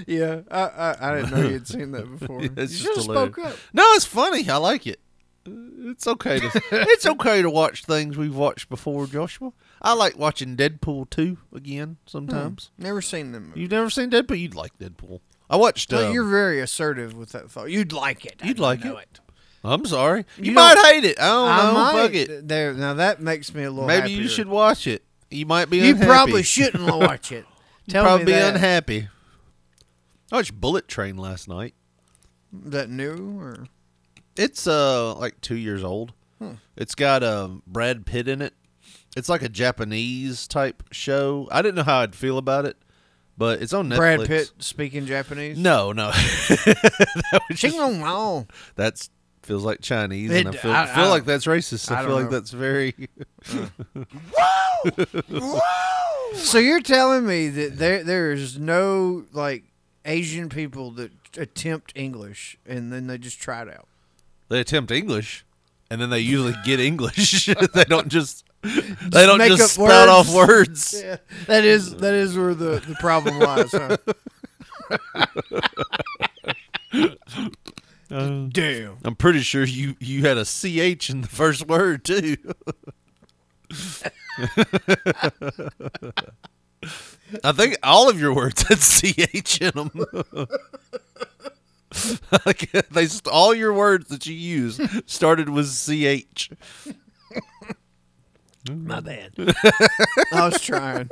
[SPEAKER 6] Yeah, I, I, I didn't know you'd seen that before.
[SPEAKER 5] Yeah, it's just
[SPEAKER 6] you should have
[SPEAKER 5] hilarious.
[SPEAKER 6] spoke up.
[SPEAKER 5] No, it's funny. I like it. It's okay to it's okay to watch things we've watched before, Joshua. I like watching Deadpool two again sometimes.
[SPEAKER 6] Never seen them.
[SPEAKER 5] You've never seen Deadpool? You'd like Deadpool. I watched.
[SPEAKER 6] Hmm. Well,
[SPEAKER 5] um,
[SPEAKER 6] you're very assertive with that thought. You'd like it. I
[SPEAKER 5] You'd like
[SPEAKER 6] know
[SPEAKER 5] it. I'm sorry. You,
[SPEAKER 6] You
[SPEAKER 5] might
[SPEAKER 6] don't-
[SPEAKER 5] hate it. I don't know.
[SPEAKER 6] I might.
[SPEAKER 5] Fuck it.
[SPEAKER 6] There now that makes me a little.
[SPEAKER 5] Maybe
[SPEAKER 6] happier.
[SPEAKER 5] you should watch it. you might be
[SPEAKER 6] You
[SPEAKER 5] unhappy.
[SPEAKER 6] probably shouldn't watch it.
[SPEAKER 5] You'd
[SPEAKER 6] Tell me
[SPEAKER 5] probably be
[SPEAKER 6] that.
[SPEAKER 5] unhappy. I watched Bullet Train last night.
[SPEAKER 6] That new or
[SPEAKER 5] It's uh like two years old.
[SPEAKER 6] Hmm.
[SPEAKER 5] It's got um, Brad Pitt in it. It's like a Japanese type show. I didn't know how I'd feel about it, but it's on Netflix.
[SPEAKER 6] Brad Pitt speaking Japanese?
[SPEAKER 5] No, no. that was
[SPEAKER 6] Ching Long Long.
[SPEAKER 5] that's feels like Chinese, and I
[SPEAKER 6] It-
[SPEAKER 5] feel,
[SPEAKER 6] I-
[SPEAKER 5] feel
[SPEAKER 6] I-
[SPEAKER 5] like that's racist. I,
[SPEAKER 6] I don't
[SPEAKER 5] feel like
[SPEAKER 6] know.
[SPEAKER 5] that's very.
[SPEAKER 6] So you're telling me that there there is no like Asian people that attempt English and then they just try it out.
[SPEAKER 5] they attempt English, and then they usually get English. they don't just. they don't
[SPEAKER 6] make
[SPEAKER 5] just
[SPEAKER 6] up
[SPEAKER 5] spout off words.
[SPEAKER 6] Yeah, that is that is where the, the problem lies. Huh?
[SPEAKER 5] Uh.
[SPEAKER 6] Damn.
[SPEAKER 5] I'm pretty sure you you had a ch in the first word too. I think all of your words had ch in them. like they s- all your words that you used started with ch.
[SPEAKER 6] My bad. I was trying.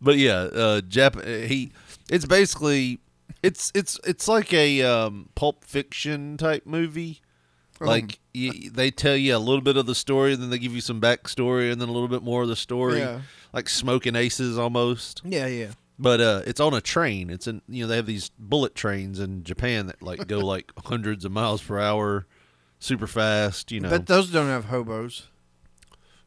[SPEAKER 5] But yeah, uh Jap he it's basically it's it's it's like a um pulp fiction type movie.
[SPEAKER 6] Um.
[SPEAKER 5] Like y they tell you a little bit of the story, then they give you some backstory, and then a little bit more of the story,
[SPEAKER 6] Yeah.
[SPEAKER 5] like smoking aces almost.
[SPEAKER 6] Yeah, yeah.
[SPEAKER 5] But uh, it's on a train. It's in you know they have these bullet trains in Japan that like go like hundreds of miles per hour, super fast. You know,
[SPEAKER 6] But those don't have hobos.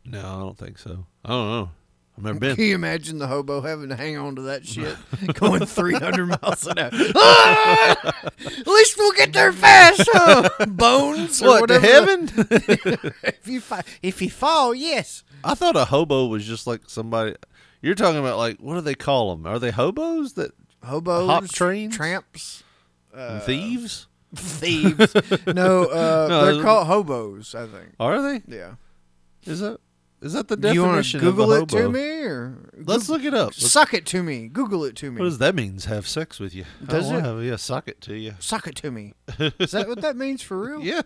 [SPEAKER 5] no, I don't think so. I don't know. I've never
[SPEAKER 6] Can
[SPEAKER 5] been.
[SPEAKER 6] you imagine the hobo having to hang on to that shit going 300 miles an hour? Ah! At least we'll get there fast, huh? Bones or
[SPEAKER 5] What, to
[SPEAKER 6] whatever the- if you fi- if you fall, yes.
[SPEAKER 5] I thought a hobo was just like somebody. You're talking about like what do they call them? Are they hobos that
[SPEAKER 6] Hobos,
[SPEAKER 5] hop trains,
[SPEAKER 6] tramps, uh,
[SPEAKER 5] thieves?
[SPEAKER 6] thieves. No, uh,
[SPEAKER 5] No,
[SPEAKER 6] they're
[SPEAKER 5] those-
[SPEAKER 6] called hobos. I think.
[SPEAKER 5] Are they?
[SPEAKER 6] Yeah.
[SPEAKER 5] Is that is that the
[SPEAKER 6] Do you want
[SPEAKER 5] definition
[SPEAKER 6] to Google
[SPEAKER 5] of
[SPEAKER 6] it
[SPEAKER 5] a hobo?
[SPEAKER 6] to me, or
[SPEAKER 5] Let's look it up. Let's-
[SPEAKER 6] Suck it to me. Google it to me.
[SPEAKER 5] What does that mean? Have sex with you? I
[SPEAKER 6] Does
[SPEAKER 5] don't
[SPEAKER 6] it?
[SPEAKER 5] wanna Have, yeah, suck it to you.
[SPEAKER 6] Suck it to me. Is that what that means for real?
[SPEAKER 5] Yeah.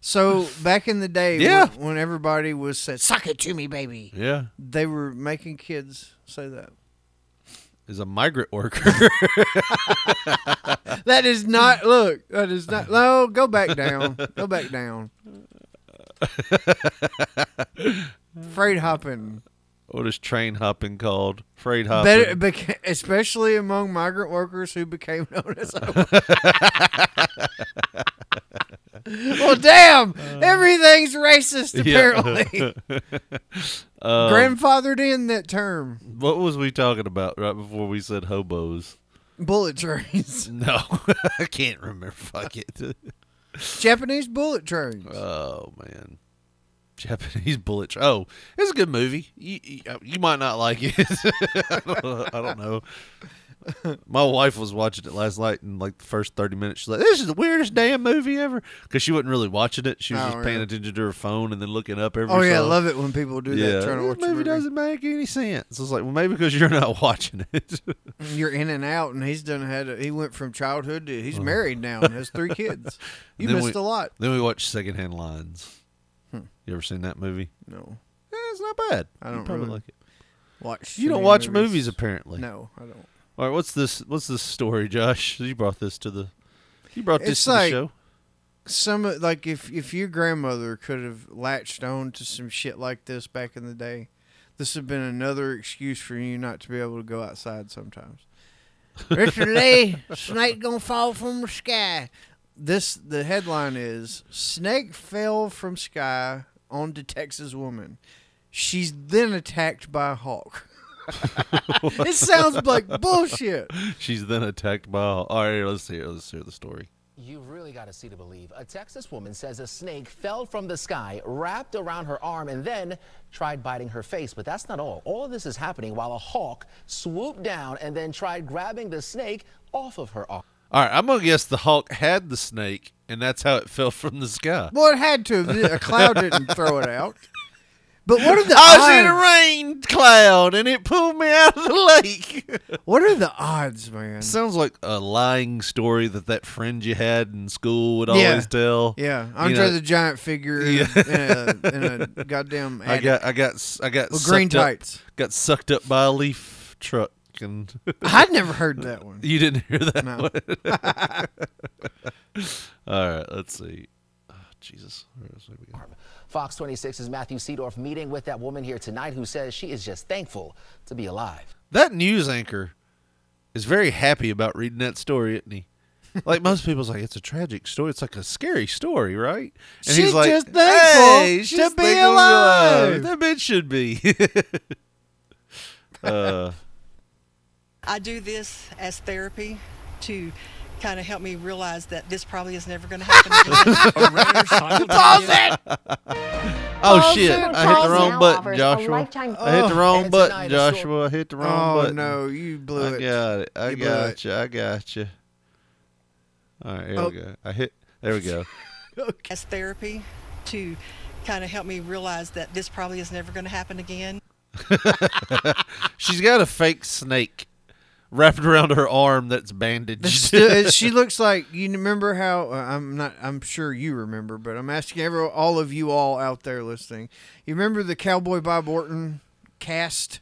[SPEAKER 6] So back in the day,
[SPEAKER 5] Yeah.
[SPEAKER 6] when, when everybody was said, "Suck it to me, baby,"
[SPEAKER 5] Yeah,
[SPEAKER 6] they were making kids say that.
[SPEAKER 5] is a migrant worker.
[SPEAKER 6] That is not. Look, that is not. No, go back down. Go back down. Freight hopping,
[SPEAKER 5] what is train hopping called? Freight hopping.
[SPEAKER 6] better, beca- especially among migrant workers who became known as. well, damn,
[SPEAKER 5] Uh,
[SPEAKER 6] everything's racist apparently.
[SPEAKER 5] Um,
[SPEAKER 6] Grandfathered in that term.
[SPEAKER 5] what was we talking about right before we said hobos?
[SPEAKER 6] Bullet trains.
[SPEAKER 5] No, I can't remember. Fuck it.
[SPEAKER 6] Japanese bullet trains.
[SPEAKER 5] oh man, Japanese bullet. Tra- oh, it's a good movie. You, you, you might not like it. I, don't, I don't know. My wife was watching it last night, and like the first thirty minutes, she's like, "This is the weirdest damn movie ever." Because she wasn't really watching it; she was
[SPEAKER 6] Oh,
[SPEAKER 5] just paying
[SPEAKER 6] really?
[SPEAKER 5] attention to her phone and then looking up every.
[SPEAKER 6] Oh yeah, I
[SPEAKER 5] song.
[SPEAKER 6] love it when people do that. Trying to
[SPEAKER 5] this
[SPEAKER 6] watch a
[SPEAKER 5] movie,
[SPEAKER 6] movie.
[SPEAKER 5] doesn't make any sense. It's like, well, maybe because you're not watching it.
[SPEAKER 6] You're in and out, and he's done had. A, he went from childhood to he's married now and has three kids. You
[SPEAKER 5] Uh. Then
[SPEAKER 6] missed
[SPEAKER 5] we-
[SPEAKER 6] a lot.
[SPEAKER 5] Then we watched Secondhand Lines.
[SPEAKER 6] Hmm.
[SPEAKER 5] You ever seen that movie?
[SPEAKER 6] No,
[SPEAKER 5] Eh, it's not bad.
[SPEAKER 6] I
[SPEAKER 5] You
[SPEAKER 6] don't
[SPEAKER 5] probably
[SPEAKER 6] really
[SPEAKER 5] like it.
[SPEAKER 6] watch.
[SPEAKER 5] You don't
[SPEAKER 6] many
[SPEAKER 5] watch movies, apparently.
[SPEAKER 6] No, I don't.
[SPEAKER 5] All right, what's this? What's this story, Josh? You brought this to the. You brought this
[SPEAKER 6] It's
[SPEAKER 5] to
[SPEAKER 6] like-
[SPEAKER 5] the show.
[SPEAKER 6] Some of- like if if your grandmother could have latched on to some shit like this back in the day, this would have been another excuse for you not to be able to go outside sometimes. Richard Lee, snake gonna fall from the sky. This the headline is snake fell from sky onto Texas woman. She's then attacked by a hawk. it sounds like bullshit.
[SPEAKER 5] She's then attacked by. a- All right, let's hear. Let's hear the story.
[SPEAKER 16] You really got to see to believe. A Texas woman says a snake fell from the sky, wrapped around her arm, and then tried biting her face. But that's not all. All of this is happening while a hawk swooped down and then tried grabbing the snake off of her arm.
[SPEAKER 5] All right, I'm gonna guess the Hulk had the snake, and that's how it fell from the sky.
[SPEAKER 6] Well, it had to. have- A cloud didn't throw it out. But what are the
[SPEAKER 5] I was
[SPEAKER 6] odds?
[SPEAKER 5] in a rain cloud and it pulled me out of the lake.
[SPEAKER 6] what are the odds, man?
[SPEAKER 5] Sounds like a lying story that that friend you had in school would
[SPEAKER 6] Yeah.
[SPEAKER 5] always tell.
[SPEAKER 6] Yeah,
[SPEAKER 5] You
[SPEAKER 6] Andre
[SPEAKER 5] know,
[SPEAKER 6] the Giant figure in,
[SPEAKER 5] Yeah.
[SPEAKER 6] in, a, in a goddamn
[SPEAKER 5] I
[SPEAKER 6] attic.
[SPEAKER 5] got, I got, s- I got
[SPEAKER 6] With green
[SPEAKER 5] sucked up-
[SPEAKER 6] tights.
[SPEAKER 5] got sucked up by a leaf truck, and
[SPEAKER 6] I'd never heard that one.
[SPEAKER 5] You didn't hear that
[SPEAKER 6] No.
[SPEAKER 5] one. All right, let's see. Oh, Jesus, Where is it?
[SPEAKER 16] Fox 26's Matthew Seedorf meeting with that woman here tonight who says she is just thankful to be alive.
[SPEAKER 5] that news anchor is very happy about reading that story, isn't he? Like most people's like, it's a tragic story. It's like a scary story, right? And
[SPEAKER 6] She's
[SPEAKER 5] he's like,
[SPEAKER 6] just thankful
[SPEAKER 5] "Hey,
[SPEAKER 6] to
[SPEAKER 5] she's thankful
[SPEAKER 6] be
[SPEAKER 5] to be
[SPEAKER 6] alive."
[SPEAKER 5] alive. That bitch should be. uh,
[SPEAKER 17] I do this as therapy to kind of help me realize that this probably is never going to happen again.
[SPEAKER 5] Oh
[SPEAKER 17] Pause
[SPEAKER 5] shit!
[SPEAKER 17] it,
[SPEAKER 5] I hit
[SPEAKER 17] pause
[SPEAKER 5] the
[SPEAKER 17] it.
[SPEAKER 5] wrong
[SPEAKER 17] Now
[SPEAKER 5] button,
[SPEAKER 17] offers a
[SPEAKER 5] Joshua.
[SPEAKER 17] lifetime-
[SPEAKER 5] I hit the wrong
[SPEAKER 6] And
[SPEAKER 5] button,
[SPEAKER 6] tonight a short-
[SPEAKER 5] Joshua. I hit the wrong
[SPEAKER 6] Oh,
[SPEAKER 5] button.
[SPEAKER 6] no, you blew
[SPEAKER 5] I
[SPEAKER 6] it.
[SPEAKER 5] got it. I
[SPEAKER 6] You blew
[SPEAKER 5] got you. I got you. All right, here
[SPEAKER 17] Oh.
[SPEAKER 5] we go. I hit. There we go.
[SPEAKER 17] as therapy to kind of help me realize that this probably is never going to happen again.
[SPEAKER 5] She's got a fake snake wrapped around her arm that's bandaged.
[SPEAKER 6] Still- she looks like you remember how uh, I'm not. I'm sure you remember, but I'm asking every, all of you all out there listening. You remember the Cowboy Bob Orton cast?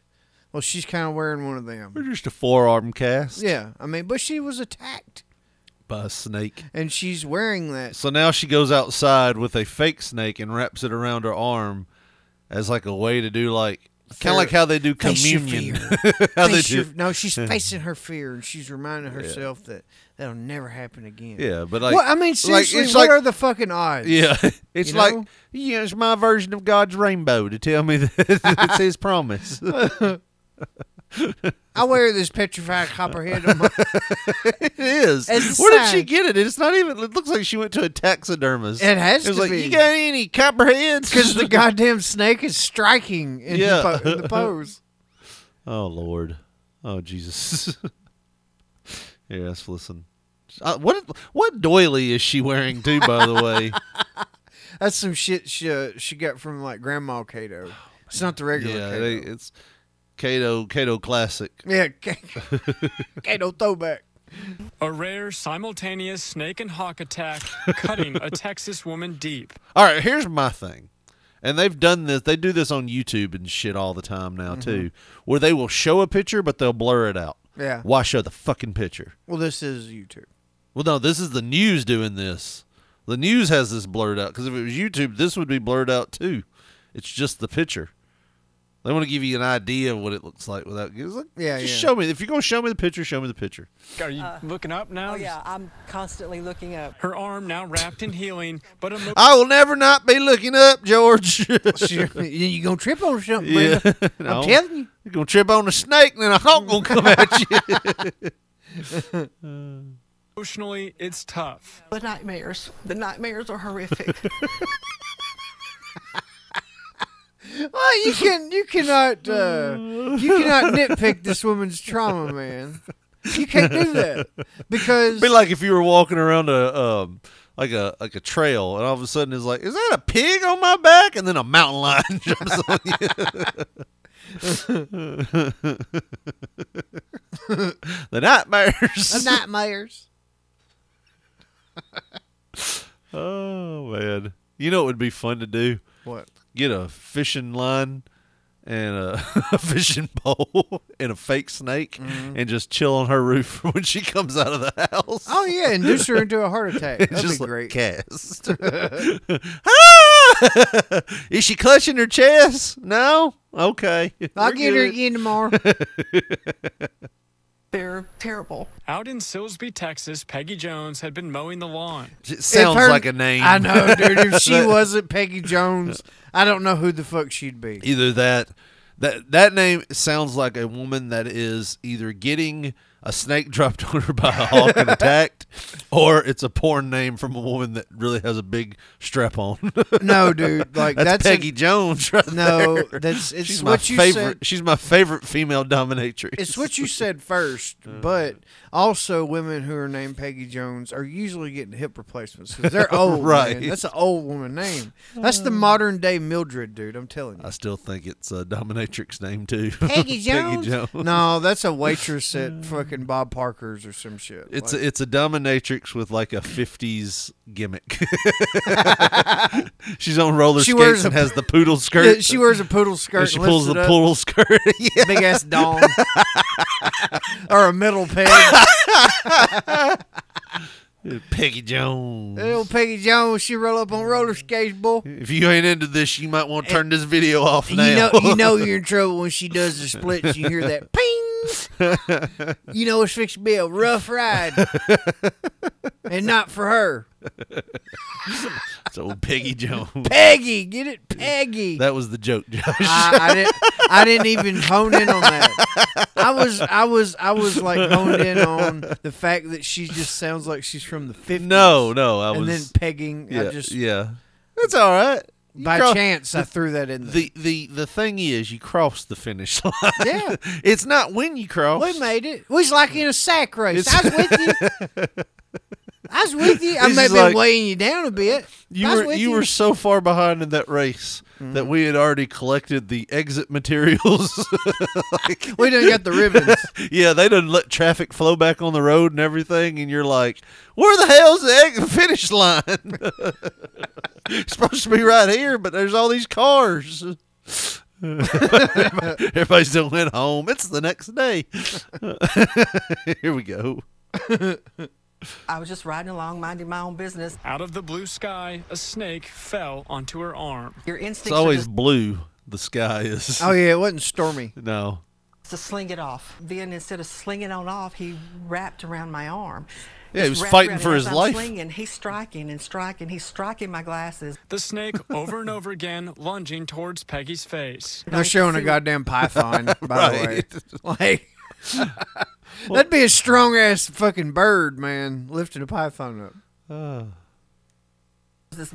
[SPEAKER 6] Well, she's kind of wearing one of them.
[SPEAKER 5] just a forearm cast
[SPEAKER 6] Yeah, I mean, but she was attacked,
[SPEAKER 5] by a snake.
[SPEAKER 6] and she's wearing that.
[SPEAKER 5] So now she goes outside with a fake snake and wraps it around her arm as like a way to do like kind of like how they do
[SPEAKER 6] Face your
[SPEAKER 5] communion.
[SPEAKER 6] fear.
[SPEAKER 5] how they
[SPEAKER 6] Face your-
[SPEAKER 5] do.
[SPEAKER 6] no, she's facing her fear, and she's reminding herself that that'll never happen again.
[SPEAKER 5] Yeah, but like,
[SPEAKER 6] Well, I mean,
[SPEAKER 5] like,
[SPEAKER 6] seriously,
[SPEAKER 5] it's
[SPEAKER 6] what
[SPEAKER 5] like-
[SPEAKER 6] are the fucking odds?
[SPEAKER 5] Yeah, it's
[SPEAKER 6] You
[SPEAKER 5] like
[SPEAKER 6] know?
[SPEAKER 5] yeah, it's my version of God's rainbow to tell me that it's His promise.
[SPEAKER 6] I wear this petrified copperhead on my.
[SPEAKER 5] it is.
[SPEAKER 6] As a
[SPEAKER 5] Where did she
[SPEAKER 6] sign.
[SPEAKER 5] get it? It's not even. It looks like she went to a taxidermist.
[SPEAKER 6] It has
[SPEAKER 5] It was
[SPEAKER 6] to
[SPEAKER 5] like
[SPEAKER 6] be.
[SPEAKER 5] you got any copperheads?
[SPEAKER 6] Because the goddamn snake is striking in,
[SPEAKER 5] Yeah.
[SPEAKER 6] the, po- in the pose.
[SPEAKER 5] Oh Lord. Oh Jesus. Here, let's listen. Uh, what what doily is she wearing too? By the way,
[SPEAKER 6] That's some shit she, uh, she got from like Grandma Kato. it's not the regular
[SPEAKER 5] Oh, yeah,
[SPEAKER 6] Kato.
[SPEAKER 5] they, it's Kato Kato classic.
[SPEAKER 6] Yeah, Ka- Kato throwback.
[SPEAKER 18] A rare simultaneous snake and hawk attack cutting a Texas woman deep.
[SPEAKER 5] All right, here's my thing. And they've done this. They do this on YouTube and shit all the time
[SPEAKER 6] Mm-hmm.
[SPEAKER 5] now too, where they will show a picture but they'll blur it out.
[SPEAKER 6] Yeah.
[SPEAKER 5] Why show the fucking picture?
[SPEAKER 6] Well, this is YouTube.
[SPEAKER 5] Well, no, this is the news doing this. The news has this blurred out because if it was YouTube, this would be blurred out too. It's just the picture. They want to give you an idea of what it looks like without. it's Like,
[SPEAKER 6] Yeah,
[SPEAKER 5] just
[SPEAKER 6] yeah.
[SPEAKER 5] show me. If you're gonna show me the picture, show me the picture.
[SPEAKER 18] Are you looking up now?
[SPEAKER 17] Oh, yeah, I'm constantly looking up.
[SPEAKER 18] Her arm now wrapped in healing, but a mo-
[SPEAKER 5] I will never not be looking up, George.
[SPEAKER 6] Sure. you gonna trip on something,
[SPEAKER 5] Yeah.
[SPEAKER 6] Brenda.
[SPEAKER 5] No.
[SPEAKER 6] I'm telling you.
[SPEAKER 5] You're gonna trip on a snake, and then a hawk gonna come at you.
[SPEAKER 18] emotionally it's tough.
[SPEAKER 17] The nightmares. The nightmares are horrific.
[SPEAKER 6] Well, you can you cannot uh, you cannot nitpick this woman's trauma, man. You can't do that because
[SPEAKER 5] be like if you were walking around a um like a like a trail, and all of a sudden it's like, is that a pig on my back? And then a mountain lion jumps on you. the nightmares.
[SPEAKER 6] the nightmares.
[SPEAKER 5] Oh man, you know what would be fun to do?
[SPEAKER 6] What?
[SPEAKER 5] Get a fishing line and a, a fishing pole and a fake snake, and just chill on her roof when she comes out of the house.
[SPEAKER 6] Oh yeah, induce her into a heart attack.
[SPEAKER 5] It's
[SPEAKER 6] That'd
[SPEAKER 5] just
[SPEAKER 6] be
[SPEAKER 5] like
[SPEAKER 6] great.
[SPEAKER 5] Cast. Ah! Is she clutching her chest? No. Okay.
[SPEAKER 6] I'll
[SPEAKER 5] We're
[SPEAKER 6] get her
[SPEAKER 5] good.
[SPEAKER 6] again tomorrow.
[SPEAKER 17] They're terrible.
[SPEAKER 18] Out in Silsby, Texas, Peggy Jones had been mowing the lawn.
[SPEAKER 5] It
[SPEAKER 6] If her- I know, dude. If she wasn't Peggy Jones, I don't know who the fuck she'd be.
[SPEAKER 5] Either that, that that name sounds like a woman that is either getting a snake dropped on her by a hawk and attacked, or it's a porn name from a woman that really has a big strap on.
[SPEAKER 6] No, dude, like,
[SPEAKER 5] that's,
[SPEAKER 6] that's a-
[SPEAKER 5] Peggy Jones. Right
[SPEAKER 6] No,
[SPEAKER 5] there.
[SPEAKER 6] that's- it's
[SPEAKER 5] she's
[SPEAKER 6] what
[SPEAKER 5] my
[SPEAKER 6] you
[SPEAKER 5] favorite.
[SPEAKER 6] said-
[SPEAKER 5] She's my favorite female dominatrix.
[SPEAKER 6] It's what you said first,
[SPEAKER 5] Uh,
[SPEAKER 6] but also women who are named Peggy Jones are usually getting hip replacements because they're old. right?
[SPEAKER 5] Right.
[SPEAKER 6] That's an old woman name. That's the
[SPEAKER 5] Uh.
[SPEAKER 6] modern day Mildred, dude. I'm telling you.
[SPEAKER 5] I still think it's a dominatrix name too.
[SPEAKER 6] Peggy Jones? Uh.
[SPEAKER 5] Jones.
[SPEAKER 6] No, that's a waitress at fucking Bob Parker's or some shit.
[SPEAKER 5] It's
[SPEAKER 6] Like,
[SPEAKER 5] a, it's a dominatrix with like a '50s gimmick. She's on roller
[SPEAKER 6] She
[SPEAKER 5] skates
[SPEAKER 6] wears a-
[SPEAKER 5] and has the poodle skirt.
[SPEAKER 6] Yeah, she wears a poodle skirt
[SPEAKER 5] And she
[SPEAKER 6] and
[SPEAKER 5] pulls
[SPEAKER 6] lifts
[SPEAKER 5] the
[SPEAKER 6] it up.
[SPEAKER 5] poodle skirt. Yeah.
[SPEAKER 6] big ass dong or a metal peg.
[SPEAKER 5] Peggy Jones.
[SPEAKER 6] That old Peggy Jones, she roll up on roller skates, boy.
[SPEAKER 5] If you ain't into this, you might want to turn this video off now.
[SPEAKER 6] You know, you know you're in trouble when she does the splits. You hear that ping. You know it's fixed to be a rough ride, and not for her.
[SPEAKER 5] it's old Peggy Jones.
[SPEAKER 6] Peggy, get it, Peggy.
[SPEAKER 5] That was the joke, Josh.
[SPEAKER 6] I, I didn't. I didn't even hone in on that. I was. I was. I was like honed in on the fact that she just sounds like she's from the fifties.
[SPEAKER 5] No, no, I
[SPEAKER 6] And
[SPEAKER 5] was.
[SPEAKER 6] then pegging.
[SPEAKER 5] Yeah,
[SPEAKER 6] I just.
[SPEAKER 5] yeah. That's all right. You
[SPEAKER 6] By
[SPEAKER 5] cro-
[SPEAKER 6] chance, I threw that in there.
[SPEAKER 5] The the the thing is, you cross the finish line.
[SPEAKER 6] Yeah.
[SPEAKER 5] it's not when you cross.
[SPEAKER 6] We made it. We was like in a sack race. I was with you. I was with you. I
[SPEAKER 5] This
[SPEAKER 6] may
[SPEAKER 5] is
[SPEAKER 6] have been
[SPEAKER 5] like-
[SPEAKER 6] weighing you down a bit.
[SPEAKER 5] You
[SPEAKER 6] I was
[SPEAKER 5] were
[SPEAKER 6] with
[SPEAKER 5] you
[SPEAKER 6] you.
[SPEAKER 5] were so far behind in that race that we had already collected the exit materials. like,
[SPEAKER 6] we done got the ribbons.
[SPEAKER 5] yeah, they didn't let traffic flow back on the road and everything, and you're like, where the hell's the exit finish line? It's supposed to be right here, but there's all these cars. Everybody's done went home. It's the next day. here we go.
[SPEAKER 17] I was just riding along, minding my own business.
[SPEAKER 18] Out of the blue sky, a snake fell onto her arm.
[SPEAKER 17] Your
[SPEAKER 5] It's
[SPEAKER 17] instincts are
[SPEAKER 5] always
[SPEAKER 17] just
[SPEAKER 5] blue. The sky is.
[SPEAKER 6] Oh yeah, it wasn't stormy.
[SPEAKER 5] No.
[SPEAKER 17] to sling it off. Then instead of slinging on off, he wrapped around my arm.
[SPEAKER 5] Yeah, he
[SPEAKER 17] Just
[SPEAKER 5] was
[SPEAKER 17] wrapped
[SPEAKER 5] fighting
[SPEAKER 17] around it.
[SPEAKER 5] for
[SPEAKER 17] As
[SPEAKER 5] his
[SPEAKER 17] I'm
[SPEAKER 5] life.
[SPEAKER 17] Slinging, he's striking and striking. He's striking my glasses.
[SPEAKER 18] The snake over and over again lunging towards Peggy's face.
[SPEAKER 6] They're showing a goddamn python, by the way. Like, that'd be a strong ass fucking bird, man, lifting a python up.
[SPEAKER 17] This,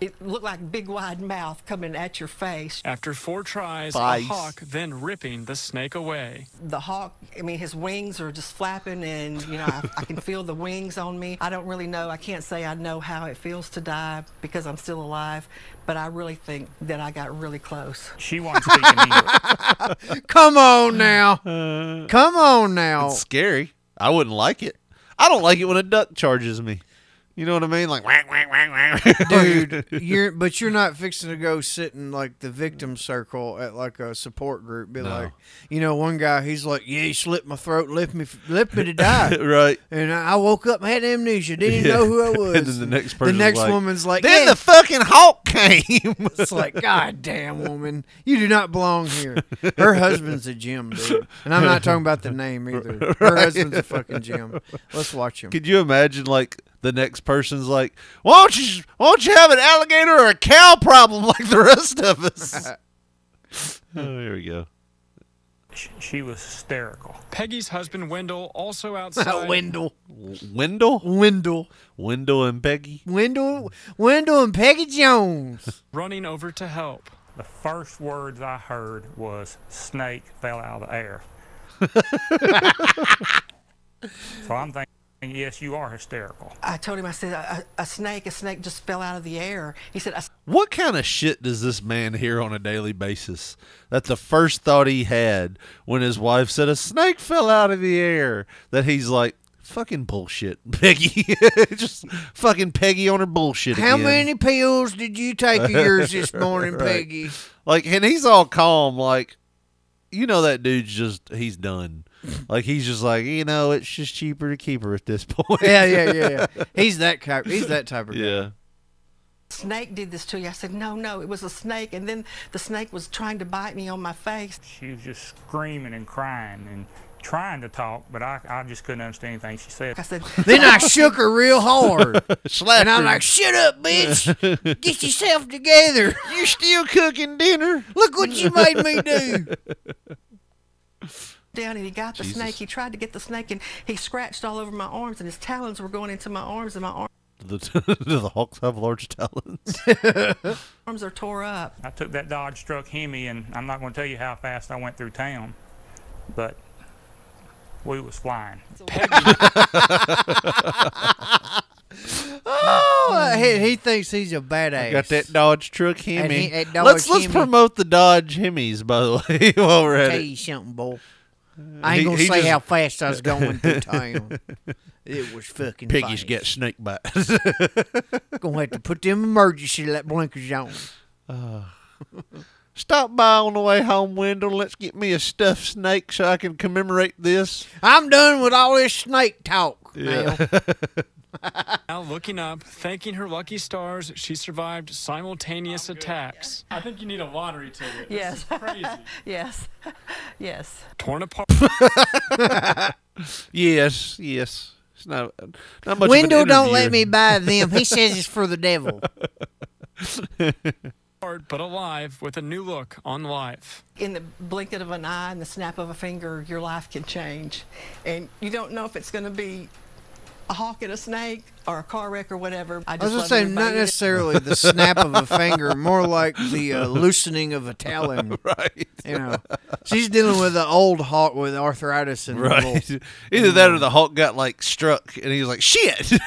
[SPEAKER 17] it looked like big wide mouth coming at your face.
[SPEAKER 18] After four tries,
[SPEAKER 17] Vice.
[SPEAKER 18] a hawk then ripping the snake away.
[SPEAKER 17] The hawk, I mean, his wings are just flapping, and you know, I, I can feel the wings on me. I don't really know. I can't say I know how it feels to die because I'm still alive, but I really think that I got really close.
[SPEAKER 18] She wants to be
[SPEAKER 6] Come on now. Come on now.
[SPEAKER 5] It's scary. I wouldn't like it. I don't like it when a duck charges me. You know what I mean? Like, whack, whack, whack, whack.
[SPEAKER 6] dude you're but you're not fixing to go sit in like the victim circle at like a support group be
[SPEAKER 5] No.
[SPEAKER 6] like you know one guy he's like yeah he slit my throat left me left me to die
[SPEAKER 5] right.
[SPEAKER 6] and i I woke up and had amnesia didn't even
[SPEAKER 5] Yeah.
[SPEAKER 6] know who i was
[SPEAKER 5] And then the next
[SPEAKER 6] the
[SPEAKER 5] person's
[SPEAKER 6] next
[SPEAKER 5] like,
[SPEAKER 6] woman's like
[SPEAKER 5] "Then
[SPEAKER 6] yeah."
[SPEAKER 5] the fucking hawk came.
[SPEAKER 6] it's like god damn woman you do not belong here her husband's a gym dude and i'm not talking about the name either her
[SPEAKER 5] Right.
[SPEAKER 6] husband's a fucking gym let's watch him
[SPEAKER 5] Could you imagine, like, the next person's like, why don't you, why don't you have an alligator or a cow problem like the rest of us? oh, here we go.
[SPEAKER 18] She was hysterical. Peggy's husband Wendell also outside.
[SPEAKER 6] Wendell.
[SPEAKER 5] Wendell?
[SPEAKER 6] Wendell.
[SPEAKER 5] Wendell and Peggy.
[SPEAKER 6] Wendell, Wendell and Peggy Jones.
[SPEAKER 18] running over to help.
[SPEAKER 19] The first words I heard was snake fell out of the air. so I'm thinking, yes, you are hysterical.
[SPEAKER 17] I told him, I said, a, a a snake, a snake just fell out of the air. He said, a
[SPEAKER 5] What kind of shit does this man hear on a daily basis? That the first thought he had when his wife said a snake fell out of the air, that he's like, fucking bullshit, Peggy. Just fucking Peggy on her bullshit.
[SPEAKER 6] How
[SPEAKER 5] again.
[SPEAKER 6] many pills did you take of yours this morning,
[SPEAKER 5] Right.
[SPEAKER 6] Peggy?
[SPEAKER 5] Like, and he's all calm, like, you know, that dude's just, he's done. Like, he's just like, you know, it's just cheaper to keep her at this point.
[SPEAKER 6] Yeah, yeah, yeah. yeah. He's that type. He's that type of guy.
[SPEAKER 5] Yeah.
[SPEAKER 17] snake did this to you. I said, no, no, it was a snake. And then the snake was trying to bite me on my face.
[SPEAKER 19] She was just screaming and crying and trying to talk, but I, I just couldn't understand anything she said.
[SPEAKER 17] I said,
[SPEAKER 6] Then I shook her real hard,
[SPEAKER 5] Slapped
[SPEAKER 6] and I'm
[SPEAKER 5] her.
[SPEAKER 6] like, "Shut up, bitch! Get yourself together.
[SPEAKER 5] You're still cooking dinner.
[SPEAKER 6] Look what you made me do."
[SPEAKER 17] down and he got the
[SPEAKER 5] Jesus.
[SPEAKER 17] snake. He tried to get the snake and he scratched all over my arms and his talons were going into my arms and my ar-
[SPEAKER 5] Do the, do the Hawks have large talons?
[SPEAKER 17] arms are tore up.
[SPEAKER 19] I took that Dodge truck Hemi, and I'm not going to tell you how fast I went through town, but we was flying.
[SPEAKER 6] Oh, he, he thinks he's a badass.
[SPEAKER 5] Got that Dodge truck Hemi.
[SPEAKER 6] And he- that Dodge
[SPEAKER 5] let's let's
[SPEAKER 6] Hemi.
[SPEAKER 5] promote the Dodge Hemis, by the way, while we're at
[SPEAKER 6] Tell
[SPEAKER 5] it. Uh,
[SPEAKER 6] you something, boy. I ain't
[SPEAKER 5] He-
[SPEAKER 6] gonna
[SPEAKER 5] he
[SPEAKER 6] say
[SPEAKER 5] just-
[SPEAKER 6] how fast I was going through town. It was fucking.
[SPEAKER 5] Piggies
[SPEAKER 6] fast.
[SPEAKER 5] get snake bites.
[SPEAKER 6] gonna have to put them emergency light blinkers on.
[SPEAKER 5] Stop by on the way home, Wendell. Let's get me a stuffed snake so I can commemorate this.
[SPEAKER 6] I'm done with all this snake talk.
[SPEAKER 18] Now looking up, thanking her lucky stars, she survived simultaneous attacks. I think you need a lottery ticket.
[SPEAKER 17] Yes. yes. Yes.
[SPEAKER 18] Torn apart.
[SPEAKER 5] yes, yes. It's not not much.
[SPEAKER 6] Wendell
[SPEAKER 5] of an
[SPEAKER 6] don't let me
[SPEAKER 5] interviewer.
[SPEAKER 6] buy them. He says it's for the devil.
[SPEAKER 18] Apart, but alive with a new look on life.
[SPEAKER 17] in the blink of an eye and the snap of a finger, your life can change. And you don't know if it's going to be a hawk and a snake or a car wreck or whatever. I
[SPEAKER 6] I was
[SPEAKER 17] just
[SPEAKER 6] just
[SPEAKER 17] love
[SPEAKER 6] saying, not
[SPEAKER 17] everybody.
[SPEAKER 6] necessarily the snap of a finger, more like the uh, loosening of a talon.
[SPEAKER 5] Right.
[SPEAKER 6] You know, she's dealing with an old hawk with arthritis and
[SPEAKER 5] Right. Either that or the Hulk got like struck and he was like, shit.
[SPEAKER 6] Mm.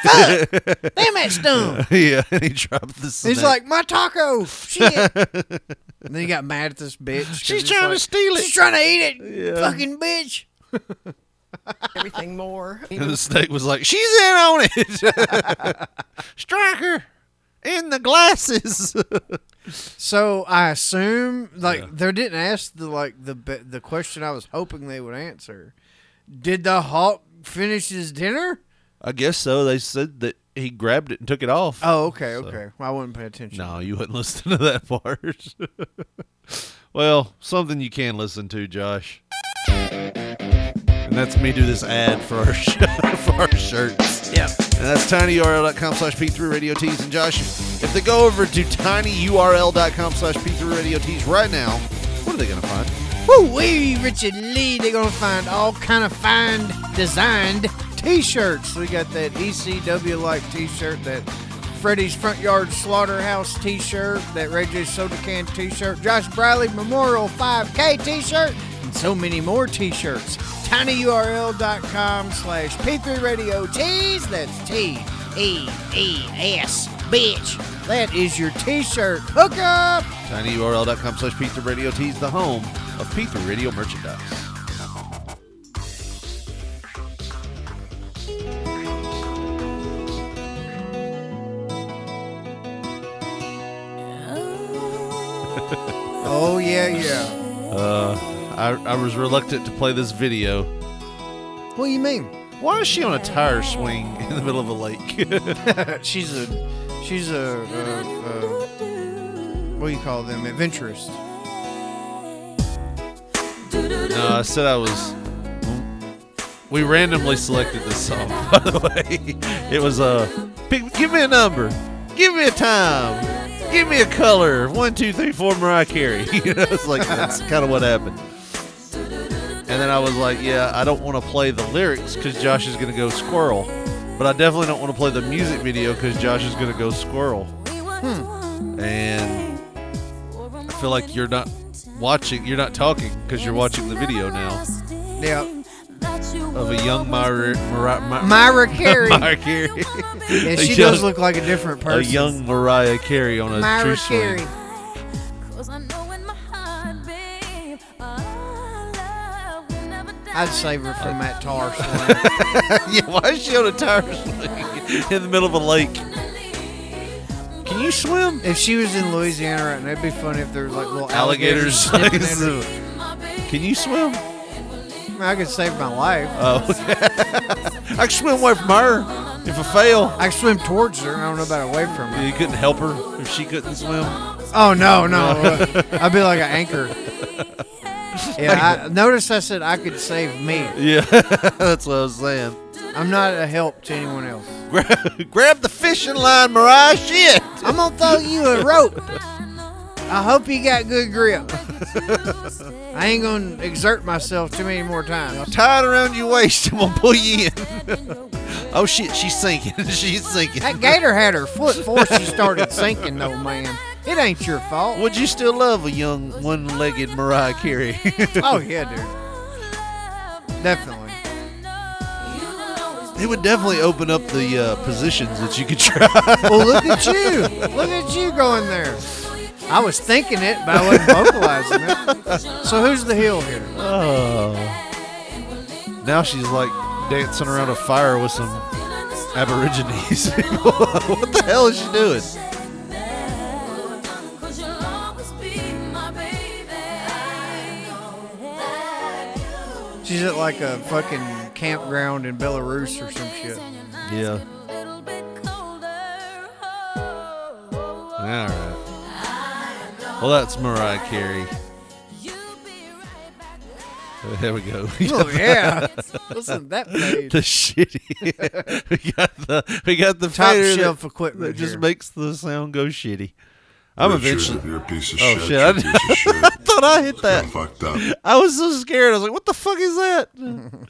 [SPEAKER 6] Fuck! Damn that stump!
[SPEAKER 5] yeah, and he dropped the snake.
[SPEAKER 6] He's like, my taco! Shit! and then he got mad at this bitch. 'cause
[SPEAKER 5] She's
[SPEAKER 6] it's
[SPEAKER 5] trying to
[SPEAKER 6] like,
[SPEAKER 5] steal it.
[SPEAKER 6] She's trying to eat it!
[SPEAKER 5] Yeah.
[SPEAKER 6] Fucking bitch!
[SPEAKER 17] everything more.
[SPEAKER 5] And the snake was like, she's in on it. Strike her in the glasses.
[SPEAKER 6] So I assume like they didn't ask the like the be- the question I was hoping they would answer. Did the hawk finish his dinner?
[SPEAKER 5] I guess so. They said that he grabbed it and took it off.
[SPEAKER 6] Oh, okay,
[SPEAKER 5] So-
[SPEAKER 6] okay. Well, I wouldn't pay attention.
[SPEAKER 5] No, you wouldn't listen to that part. well, something you can listen to, Josh. And that's me do this ad for our, sh- for our shirts.
[SPEAKER 6] Yeah.
[SPEAKER 5] And that's tinyurl.com slash P3 Radio Tees. And Josh, if they go over to tinyurl.com slash P3 Radio Tees right now, what are they going to find?
[SPEAKER 6] Woo wee, Richard Lee. They're gonna find all kind of fine designed T-shirts. We got that ECW like T-shirt, that Freddy's Front Yard Slaughterhouse T-shirt, that Ray J Soda Can T-shirt, Josh Bradley Memorial 5K T-shirt, and so many more T-shirts. tinyurl.com slash p3 radio tees. That's T E E S, bitch. That is your T-shirt hookup.
[SPEAKER 5] tinyurl.com slash P3 Radio Tees, the home of P3 Radio merchandise.
[SPEAKER 6] Oh yeah, yeah.
[SPEAKER 5] Uh, I, I was reluctant to play this video.
[SPEAKER 6] What do you mean?
[SPEAKER 5] Why is she on a tire swing in the middle of a lake?
[SPEAKER 6] she's a she's a, a, a what do you call them? Adventurist.
[SPEAKER 5] no, I said I was. We randomly selected this song, by the way. It was a. Uh, pick- give me a number. Give me a time. Give me a color. One, two, three, four, Mariah Carey. you know, it's like that's kind of what happened. And then I was like, yeah, I don't want to play the lyrics because Josh is going to go squirrel. But I definitely don't want to play the music video because Josh is going to go squirrel. Hmm. And I feel like you're not watching, you're not talking because you're watching the video now
[SPEAKER 6] Yeah.
[SPEAKER 5] of a young Myra, Myra, Myra,
[SPEAKER 6] Myra Carey.
[SPEAKER 5] Mariah Carey.
[SPEAKER 6] Yeah, she
[SPEAKER 5] A
[SPEAKER 6] does
[SPEAKER 5] young-
[SPEAKER 6] look like a different person.
[SPEAKER 5] A young Mariah Carey on a
[SPEAKER 6] Myra
[SPEAKER 5] tree swing.
[SPEAKER 6] Carey. I'd save her from that tar swing.
[SPEAKER 5] yeah, why is she on a tire swing in the middle of a lake? Can you swim?
[SPEAKER 6] If she was in Louisiana right now, it'd be funny if there was like little alligators.
[SPEAKER 5] Alligators.
[SPEAKER 6] sniffing at her.
[SPEAKER 5] Can you swim?
[SPEAKER 6] I, mean, I could save my life.
[SPEAKER 5] Oh, I can swim away from her if I fail.
[SPEAKER 6] I could swim towards her. I don't know about away from her.
[SPEAKER 5] You couldn't help her if she couldn't swim.
[SPEAKER 6] Oh no, no! I'd be like an anchor. Yeah, I, notice I said I could save me.
[SPEAKER 5] Yeah, that's what I was saying.
[SPEAKER 6] I'm not a help to anyone else.
[SPEAKER 5] Grab, grab the fishing line, Mariah. Shit.
[SPEAKER 6] I'm gonna throw you a rope. I hope you got good grip. I ain't gonna exert myself too many more times.
[SPEAKER 5] Tie it around your waist. I'm gonna pull you in. oh shit, she's sinking. she's sinking.
[SPEAKER 6] That gator had her foot before she started sinking, though, man. It ain't your fault.
[SPEAKER 5] Would you still love a young one-legged Mariah Carey?
[SPEAKER 6] oh yeah, dude. Definitely.
[SPEAKER 5] It would definitely open up the uh, positions that you could try.
[SPEAKER 6] Well, look at you. Look at you going there. I was thinking it, but I wasn't vocalizing it. So who's the heel here?
[SPEAKER 5] Oh. Now she's like dancing around a fire with some Aborigines. people. what the hell is she doing?
[SPEAKER 6] She's at like a fucking campground in Belarus or some shit.
[SPEAKER 5] Yeah. All right. Well, that's Mariah Carey. Uh, There we go.
[SPEAKER 6] Oh, yeah. Listen to that page.
[SPEAKER 5] the shitty. we got the we got the
[SPEAKER 6] Top
[SPEAKER 5] fader
[SPEAKER 6] shelf
[SPEAKER 5] that,
[SPEAKER 6] equipment
[SPEAKER 5] that just
[SPEAKER 6] here.
[SPEAKER 5] makes the sound go shitty. I'm
[SPEAKER 20] Richard,
[SPEAKER 5] eventually.
[SPEAKER 20] you're a piece of
[SPEAKER 5] oh
[SPEAKER 20] shit,
[SPEAKER 5] shit! I,
[SPEAKER 20] you're a piece of shit.
[SPEAKER 5] I thought I hit that.
[SPEAKER 20] fucked up.
[SPEAKER 5] I was so scared. I was like, "What the fuck is that?"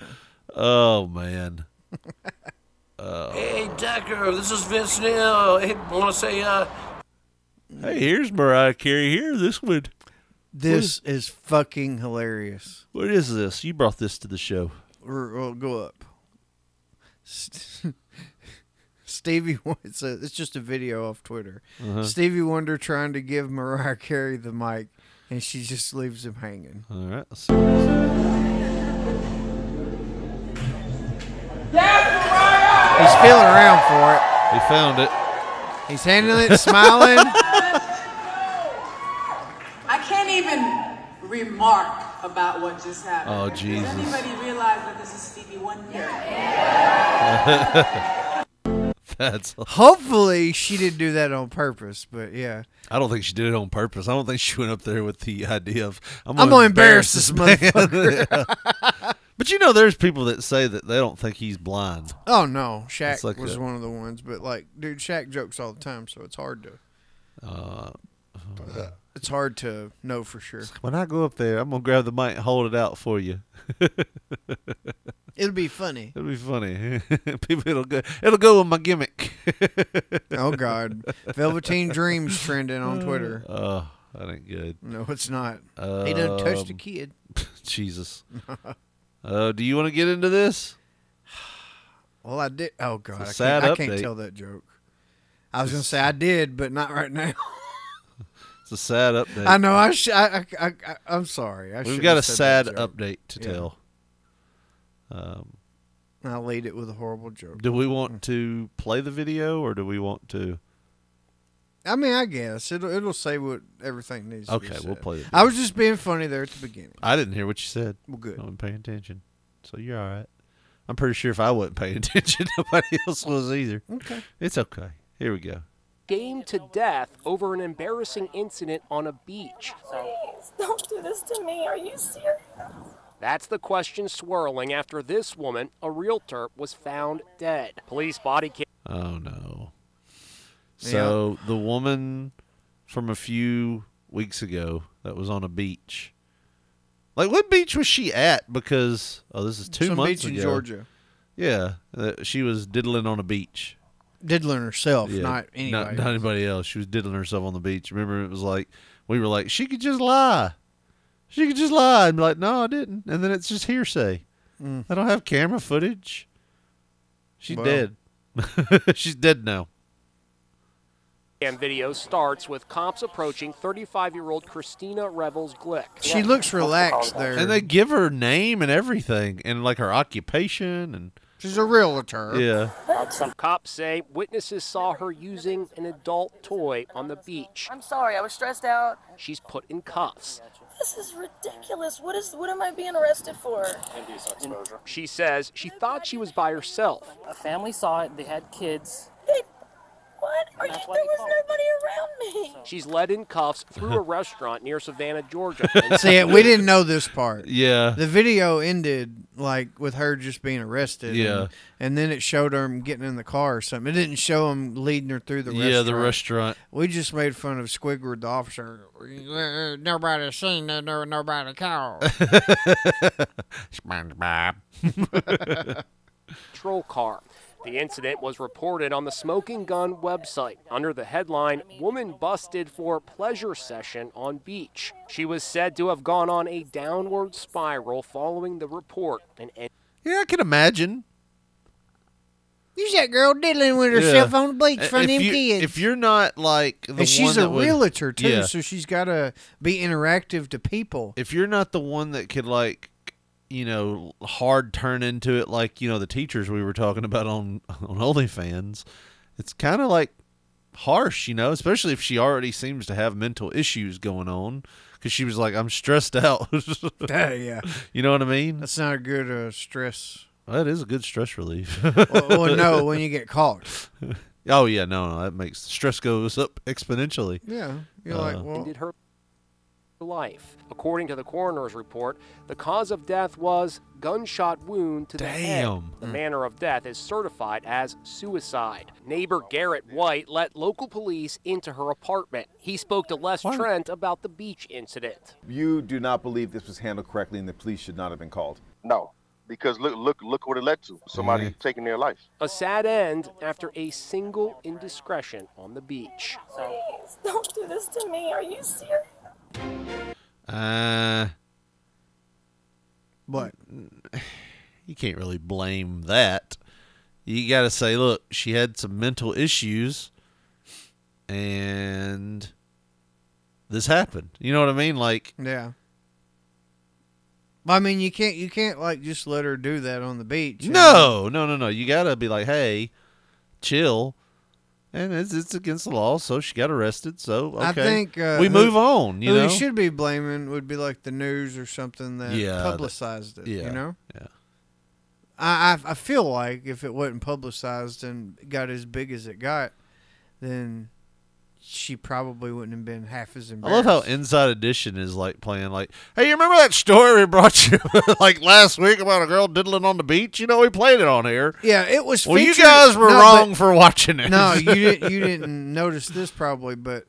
[SPEAKER 5] oh man. Oh.
[SPEAKER 15] Hey, Decker, this is Vince Neil. Hey, want to say, uh,
[SPEAKER 5] Hey, here's Mariah Carey. Here, this one.
[SPEAKER 6] This is fucking hilarious.
[SPEAKER 5] What is this? You brought this to the show.
[SPEAKER 6] Or, or go up. St- Stevie, Won- it's, a, it's just a video off Twitter.
[SPEAKER 5] Uh-huh.
[SPEAKER 6] Stevie Wonder trying to give Mariah Carey the mic, and she just leaves him hanging.
[SPEAKER 5] All right. Let's see this.
[SPEAKER 6] He's feeling around for it.
[SPEAKER 5] He found it.
[SPEAKER 6] He's handling it, smiling.
[SPEAKER 21] I can't even remark about what just happened.
[SPEAKER 5] Oh, Jesus.
[SPEAKER 21] Does anybody realize that this is Stevie Wonder?
[SPEAKER 5] That's.
[SPEAKER 6] Hopefully, she didn't do that on purpose, but yeah.
[SPEAKER 5] I don't think she did it on purpose. I don't think she went up there with the idea of I'm
[SPEAKER 6] I'm
[SPEAKER 5] gonna,
[SPEAKER 6] gonna embarrass this
[SPEAKER 5] man."
[SPEAKER 6] motherfucker.
[SPEAKER 5] Yeah. But you know, there's people that say that they don't think he's blind.
[SPEAKER 6] Oh no, Shaq
[SPEAKER 5] It's like
[SPEAKER 6] was
[SPEAKER 5] a-
[SPEAKER 6] one of the ones, but like, dude, Shaq jokes all the time, so it's hard to.
[SPEAKER 5] Uh,
[SPEAKER 6] It's hard to know for sure.
[SPEAKER 5] when I go up there, I'm gonna grab the mic and hold it out for you.
[SPEAKER 6] It'll be funny.
[SPEAKER 5] It'll be funny. people, it'll go. It'll go with my gimmick.
[SPEAKER 6] Oh God, Velveteen Dreams trending on Twitter.
[SPEAKER 5] Oh, that ain't good.
[SPEAKER 6] No, it's not. he done touched a
[SPEAKER 5] Um,
[SPEAKER 6] kid.
[SPEAKER 5] Jesus. uh, do you want to get into this?
[SPEAKER 6] Well, I did. Oh God, I
[SPEAKER 5] It's a sad
[SPEAKER 6] can't, I can't
[SPEAKER 5] update.
[SPEAKER 6] tell that joke. I was gonna say I did, but not right now.
[SPEAKER 5] It's a sad update.
[SPEAKER 6] I know. I, sh- I, I, I, I'm sorry. I
[SPEAKER 5] We've
[SPEAKER 6] shouldn't
[SPEAKER 5] got a
[SPEAKER 6] have said
[SPEAKER 5] sad
[SPEAKER 6] that joke.
[SPEAKER 5] update to
[SPEAKER 6] Yeah.
[SPEAKER 5] tell. Um,
[SPEAKER 6] I laid it with a horrible joke.
[SPEAKER 5] do we want to play the video or do we want to?
[SPEAKER 6] I mean, I guess it'll it'll say what everything needs. to be
[SPEAKER 5] Okay, we'll
[SPEAKER 6] said.
[SPEAKER 5] play the
[SPEAKER 6] I was just being funny there at the beginning.
[SPEAKER 5] I didn't hear what you said.
[SPEAKER 6] Well, good.
[SPEAKER 5] I wasn't paying attention, so you're all right. I'm pretty sure if I wasn't paying attention, nobody else was either.
[SPEAKER 22] Okay.
[SPEAKER 5] it's okay. Here we go.
[SPEAKER 22] Game to death over an embarrassing incident on a beach.
[SPEAKER 23] Please don't do this to me. Are you serious?
[SPEAKER 22] That's the question swirling after this woman, a realtor, was found dead. Police body cam.
[SPEAKER 5] Oh no. So the woman from a few weeks ago that was on a beach. Like what beach was she at? Because oh, this is two
[SPEAKER 6] Some
[SPEAKER 5] months
[SPEAKER 6] beach in
[SPEAKER 5] ago.
[SPEAKER 6] Georgia.
[SPEAKER 5] Yeah, uh, she was diddling on a beach.
[SPEAKER 6] Diddling herself,
[SPEAKER 5] Yeah,
[SPEAKER 6] not anybody.
[SPEAKER 5] Not, anybody else. She was diddling herself on the beach. Remember, it was like we were like, she could just lie. She could just lie and be like, no, I didn't. And then it's just hearsay.
[SPEAKER 6] Mm.
[SPEAKER 5] I don't have camera footage. She's
[SPEAKER 22] Well.
[SPEAKER 5] dead. She's dead now.
[SPEAKER 22] Cam video starts with cops approaching 35-year-old Christina Revels Glick.
[SPEAKER 6] She looks relaxed there.
[SPEAKER 5] And they give her name and everything, and like her occupation, and
[SPEAKER 6] She's a realtor.
[SPEAKER 5] yeah,
[SPEAKER 22] Some cops say witnesses saw her using an adult toy on the beach.
[SPEAKER 23] I'm sorry. I was stressed out.
[SPEAKER 22] She's put in cuffs.
[SPEAKER 23] This is ridiculous. What is? What am I being arrested for?
[SPEAKER 22] She says she thought she was by herself.
[SPEAKER 23] A family saw it. They had kids. They, what? Are you, there was nobody around me.
[SPEAKER 22] She's led in cuffs through a restaurant near Savannah, Georgia.
[SPEAKER 6] See, we didn't know this part.
[SPEAKER 5] Yeah.
[SPEAKER 6] The video ended like with her just being arrested.
[SPEAKER 5] Yeah.
[SPEAKER 6] And, and then it showed her getting in the car or something. It didn't show him leading her through the restaurant.
[SPEAKER 5] Yeah, the restaurant.
[SPEAKER 6] We just made fun of Squidward, the officer.
[SPEAKER 4] Nobody seen it, no- nobody called.
[SPEAKER 5] SpongeBob.
[SPEAKER 22] patrol car. The incident was reported on the Smoking Gun website under the headline Woman Busted for Pleasure Session on Beach. She was said to have gone on a downward spiral following the report and en-
[SPEAKER 5] Yeah, I can imagine.
[SPEAKER 4] You that girl diddling with herself on the beach in front of
[SPEAKER 5] if
[SPEAKER 4] them
[SPEAKER 5] you,
[SPEAKER 4] kids.
[SPEAKER 5] If you're not like the one
[SPEAKER 6] and she's
[SPEAKER 5] that
[SPEAKER 6] a
[SPEAKER 5] would-
[SPEAKER 6] realtor too,
[SPEAKER 5] Yeah.
[SPEAKER 6] so she's got to be interactive to people.
[SPEAKER 5] if you're not the one that could like you know hard turn into it like you know the teachers we were talking about on on OnlyFans, it's kind of like harsh, you know, especially if she already seems to have mental issues going on because she was like, "I'm stressed out."
[SPEAKER 6] yeah.
[SPEAKER 5] you know what I mean.
[SPEAKER 6] That's not a good uh, stress.
[SPEAKER 5] That is a good stress relief.
[SPEAKER 6] well, well, no, when you get caught.
[SPEAKER 5] Oh yeah, no, no, that makes stress goes up exponentially.
[SPEAKER 6] Yeah,
[SPEAKER 5] Uh,
[SPEAKER 22] ended her life. According to the coroner's report, the cause of death was gunshot wound to the head.
[SPEAKER 5] Damn.
[SPEAKER 22] The manner of death is certified as suicide. Neighbor Garrett White let local police into her apartment. He spoke to Les Trent about the beach incident.
[SPEAKER 7] You do not believe this was handled correctly and the police should not have been called.
[SPEAKER 20] No, because look, look, look what it led to. Somebody taking their life.
[SPEAKER 22] A sad end after a single indiscretion on the beach.
[SPEAKER 23] Please, don't do this to me. Are you serious?
[SPEAKER 5] Uh,
[SPEAKER 6] but
[SPEAKER 5] you can't really blame that. You got to say, look, she had some mental issues, and this happened. You know what I mean? Like,
[SPEAKER 6] Yeah. I mean, you can't you can't like just let her do that on the beach.
[SPEAKER 5] no, no, no, no. You got to be like, hey, chill. And it's, it's against the law, so she got arrested. So okay,
[SPEAKER 6] I think uh,
[SPEAKER 5] we
[SPEAKER 6] who-
[SPEAKER 5] move on. You
[SPEAKER 6] who
[SPEAKER 5] know,
[SPEAKER 6] we should be blaming would be like the news or something that
[SPEAKER 5] Yeah, that-
[SPEAKER 6] publicized it.
[SPEAKER 5] yeah,
[SPEAKER 6] you know.
[SPEAKER 5] Yeah.
[SPEAKER 6] I, I I feel like if it wasn't publicized and got as big as it got, then she probably wouldn't have been half as
[SPEAKER 5] I
[SPEAKER 6] embarrassed.
[SPEAKER 5] love how Inside Edition is like playing like, hey, you remember that story we brought you like last week about a girl diddling on the beach? You know, we played it on air.
[SPEAKER 6] Yeah, it was.
[SPEAKER 5] Well, you
[SPEAKER 6] featured-
[SPEAKER 5] guys were
[SPEAKER 6] No,
[SPEAKER 5] wrong
[SPEAKER 6] but-
[SPEAKER 5] for watching it.
[SPEAKER 6] No, you didn't. You didn't notice this probably, but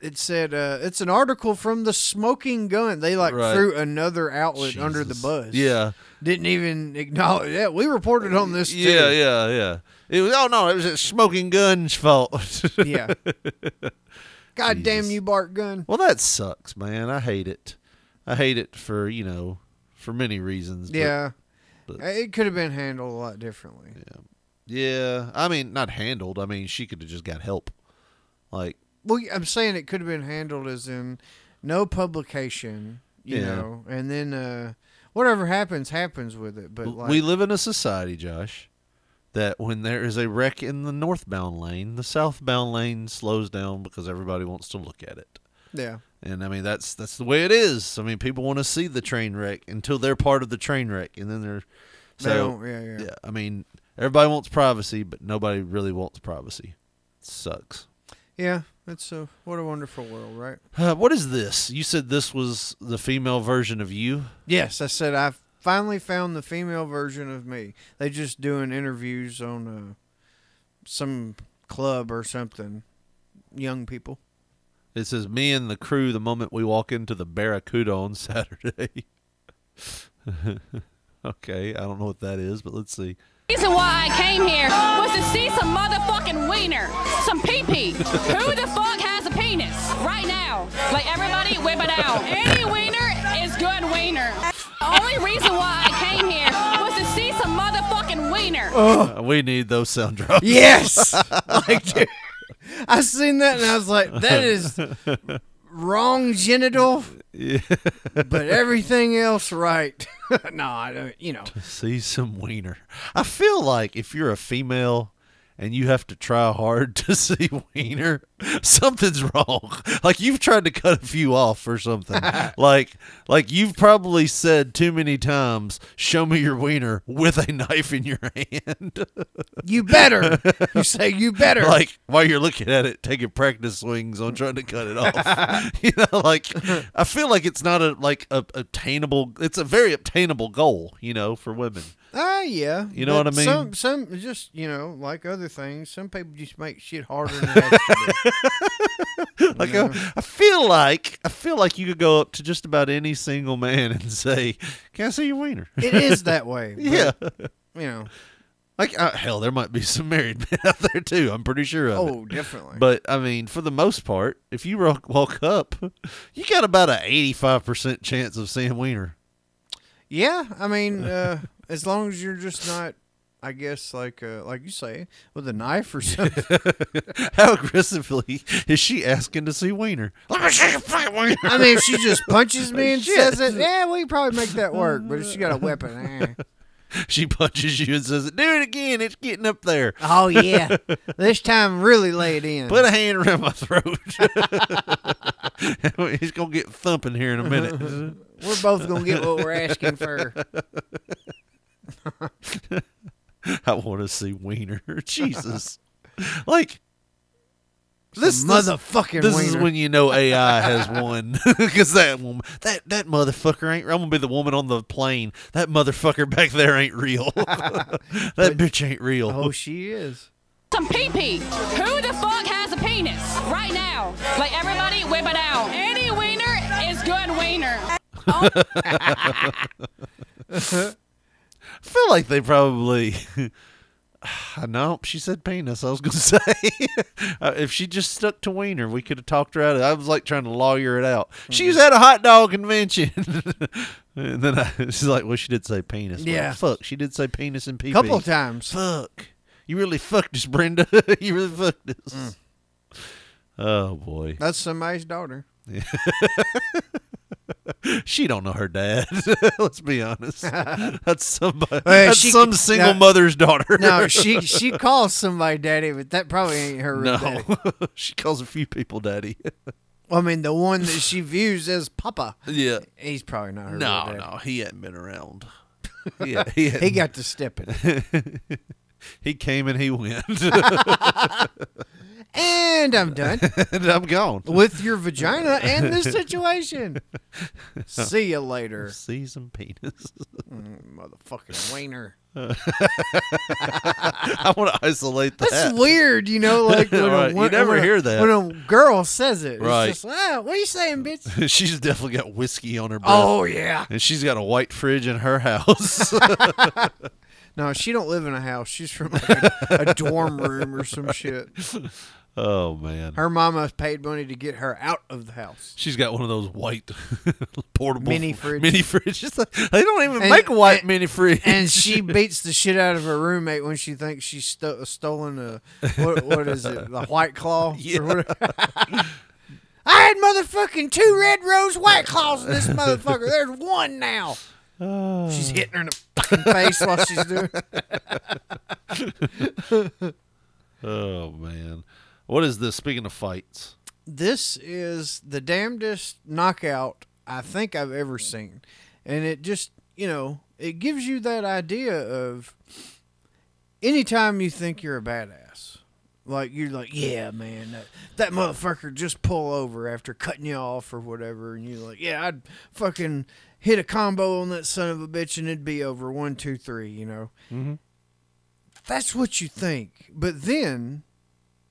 [SPEAKER 6] it said uh, it's an article from the Smoking Gun. They like
[SPEAKER 5] Right.
[SPEAKER 6] threw another outlet under the
[SPEAKER 5] Jesus.
[SPEAKER 6] bus.
[SPEAKER 5] Yeah.
[SPEAKER 6] didn't even acknowledge. Yeah, we reported on this. too.
[SPEAKER 5] Yeah, yeah, yeah. It was. Oh no, it was a smoking gun's fault.
[SPEAKER 6] Yeah. God damn you, Bart Gun.
[SPEAKER 5] Well, that sucks, man. I hate it. I hate it for you know for many reasons. but-
[SPEAKER 6] Yeah, Uh,
[SPEAKER 5] but-
[SPEAKER 6] it could have been handled a lot differently.
[SPEAKER 5] Yeah. yeah. I mean, not handled. I mean, she could have just got help. Like,
[SPEAKER 6] Well, I'm saying it could have been handled as in no publication, you
[SPEAKER 5] Yeah.
[SPEAKER 6] know, and then uh, whatever happens happens with it. But like,
[SPEAKER 5] we live in a society, Josh, that when there is a wreck in the northbound lane, the southbound lane slows down because everybody wants to look at it.
[SPEAKER 6] Yeah.
[SPEAKER 5] And I mean that's that's the way it is. I mean people want to see the train wreck until they're part of the train wreck and then they're
[SPEAKER 6] They
[SPEAKER 5] so
[SPEAKER 6] don't- yeah, yeah.
[SPEAKER 5] I mean everybody wants privacy, but nobody really wants privacy. sucks.
[SPEAKER 6] yeah, it's a what a wonderful world, right?
[SPEAKER 5] Uh, what is this? You said this was the female version of you?
[SPEAKER 6] Yes, I said I finally found the female version of me. They just doing interviews on uh, some club or something. Young people.
[SPEAKER 5] It says me and the crew the moment we walk into the Barracuda on Saturday. okay, I don't know what that is, but let's see.
[SPEAKER 24] reason why I came here was to see some motherfucking wiener, some pee pee. Who the fuck has a penis right now? Like everybody, whip it out. Any wiener is good wiener. The only reason why I came here was to see some motherfucking wiener.
[SPEAKER 5] Uh, we need those sound drops.
[SPEAKER 6] Yes! Like, dude, I seen that and I was like, that is wrong genital,
[SPEAKER 5] Yeah.
[SPEAKER 6] but everything else right. no, I don't. You know,
[SPEAKER 5] see some wiener. I feel like if you're a female and you have to try hard to see wiener, something's wrong. Like you've tried to cut a few off or something. like like you've probably said too many times, "Show me your wiener" with a knife in your hand.
[SPEAKER 4] You better. You say you better.
[SPEAKER 5] Like while you're looking at it, taking practice swings on trying to cut it off. you know, like I feel like it's not a like a obtainable. It's a very obtainable goal, you know, for women.
[SPEAKER 6] Ah, yeah.
[SPEAKER 5] You know
[SPEAKER 6] but
[SPEAKER 5] what I mean?
[SPEAKER 6] Some, some just you know, like other things. Some people just make shit harder than it has to be.
[SPEAKER 5] like uh, I, I feel like I feel like you could go up to just about any single man and say, "Can I see your wiener?"
[SPEAKER 6] It is that way. but,
[SPEAKER 5] yeah.
[SPEAKER 6] you know.
[SPEAKER 5] Like uh, hell, there might be some married men out there too. I'm pretty sure of it.
[SPEAKER 6] Oh, definitely.
[SPEAKER 5] But I mean, for the most part, if you rock, walk up, you got about an 85 percent chance of seeing wiener.
[SPEAKER 6] Yeah, I mean, uh, as long as you're just not, I guess, like uh, like you say, with a knife or something.
[SPEAKER 5] How aggressively is she asking to see wiener? Let me see your fucking wiener.
[SPEAKER 6] I mean, if she just punches me and
[SPEAKER 5] Shit.
[SPEAKER 6] says it, yeah, we can probably make that work. But if she got a weapon, eh.
[SPEAKER 5] She punches you and says, "Do it again. It's getting up there."
[SPEAKER 6] Oh, yeah. this time really lay it in.
[SPEAKER 5] Put a hand around my throat. He's gonna get thumping here in a minute.
[SPEAKER 6] We're both gonna get what we're asking for.
[SPEAKER 5] I want to see Wiener. Jesus, like this
[SPEAKER 6] motherfucking
[SPEAKER 5] This, is
[SPEAKER 6] wiener.
[SPEAKER 5] when you know AI has won because that woman, that that motherfucker ain't. I'm gonna be the woman on the plane. That motherfucker back there ain't real. that bitch ain't real.
[SPEAKER 6] Oh, she is.
[SPEAKER 24] Some pee pee. Who the fuck has a penis right now? Like everybody, whip it out. Any wiener is good wiener. Oh,
[SPEAKER 5] I feel like they probably. no, she said penis. I was gonna say Uh, if she just stuck to wiener, we could have talked her out. of it. I was like trying to lawyer it out.
[SPEAKER 6] Mm-hmm.
[SPEAKER 5] She was at a hot dog convention, and then I, she's like, "Well, she did say penis. Well,
[SPEAKER 6] Yeah.
[SPEAKER 5] fuck, she did say penis and pee.
[SPEAKER 6] Couple times.
[SPEAKER 5] Fuck, you really fucked us, Brenda. you really fucked us.
[SPEAKER 6] Mm.
[SPEAKER 5] Oh boy,
[SPEAKER 6] That's somebody's daughter.
[SPEAKER 5] she don't know her dad. Let's be honest. That's somebody.
[SPEAKER 6] Well,
[SPEAKER 5] that's
[SPEAKER 6] she-
[SPEAKER 5] some single
[SPEAKER 6] now-
[SPEAKER 5] mother's daughter.
[SPEAKER 6] No, she she calls somebody daddy, but that probably ain't her real
[SPEAKER 5] No,
[SPEAKER 6] daddy.
[SPEAKER 5] she calls a few people daddy.
[SPEAKER 6] I mean, the one that she views as Papa.
[SPEAKER 5] Yeah.
[SPEAKER 6] He's probably not her
[SPEAKER 5] No,
[SPEAKER 6] real daddy.
[SPEAKER 5] no, he hadn't been around.
[SPEAKER 6] He
[SPEAKER 5] hadn't-
[SPEAKER 6] got to step
[SPEAKER 5] he came and he went.
[SPEAKER 6] And I'm done.
[SPEAKER 5] and I'm gone.
[SPEAKER 6] With your vagina and this situation. See you later.
[SPEAKER 5] See some penis.
[SPEAKER 6] Motherfucking wiener.
[SPEAKER 5] I want to isolate that.
[SPEAKER 6] That's weird, you know, like when
[SPEAKER 5] Right,
[SPEAKER 6] a,
[SPEAKER 5] you
[SPEAKER 6] wo-
[SPEAKER 5] never
[SPEAKER 6] when a-
[SPEAKER 5] hear that.
[SPEAKER 6] When a girl says it.
[SPEAKER 5] Right.
[SPEAKER 6] It's just, ah, what are you saying, bitch?
[SPEAKER 5] she's definitely got whiskey on her breath.
[SPEAKER 6] Oh, yeah.
[SPEAKER 5] And she's got a white fridge in her house.
[SPEAKER 6] No, she don't live in a house. She's from like a, a dorm room or some shit.
[SPEAKER 5] oh man.
[SPEAKER 6] Her mama paid money to get her out of the house.
[SPEAKER 5] She's got one of those white portable
[SPEAKER 6] Mini fridge.
[SPEAKER 5] Mini fridges. They don't even
[SPEAKER 6] And-
[SPEAKER 5] make a white mini fridge.
[SPEAKER 6] And she beats the shit out of her roommate when she thinks she's sto- stolen a what, what is it? The white claw.
[SPEAKER 5] Yeah.
[SPEAKER 6] Or whatever. I had motherfucking two red rose white claws in this motherfucker. There's one now. She's hitting her in the fucking face while she's doing.
[SPEAKER 5] oh man. What is this? Speaking of fights.
[SPEAKER 6] this is the damnedest knockout I think I've ever seen. And it just, you know, it gives you that idea of anytime you think you're a badass, like you're like, yeah, man, that, that motherfucker just pull over after cutting you off or whatever. And you're like, yeah, I'd fucking hit a combo on that son of a bitch and it'd be over one, two, three, you know.
[SPEAKER 5] Mm-hmm.
[SPEAKER 6] That's what you think. But then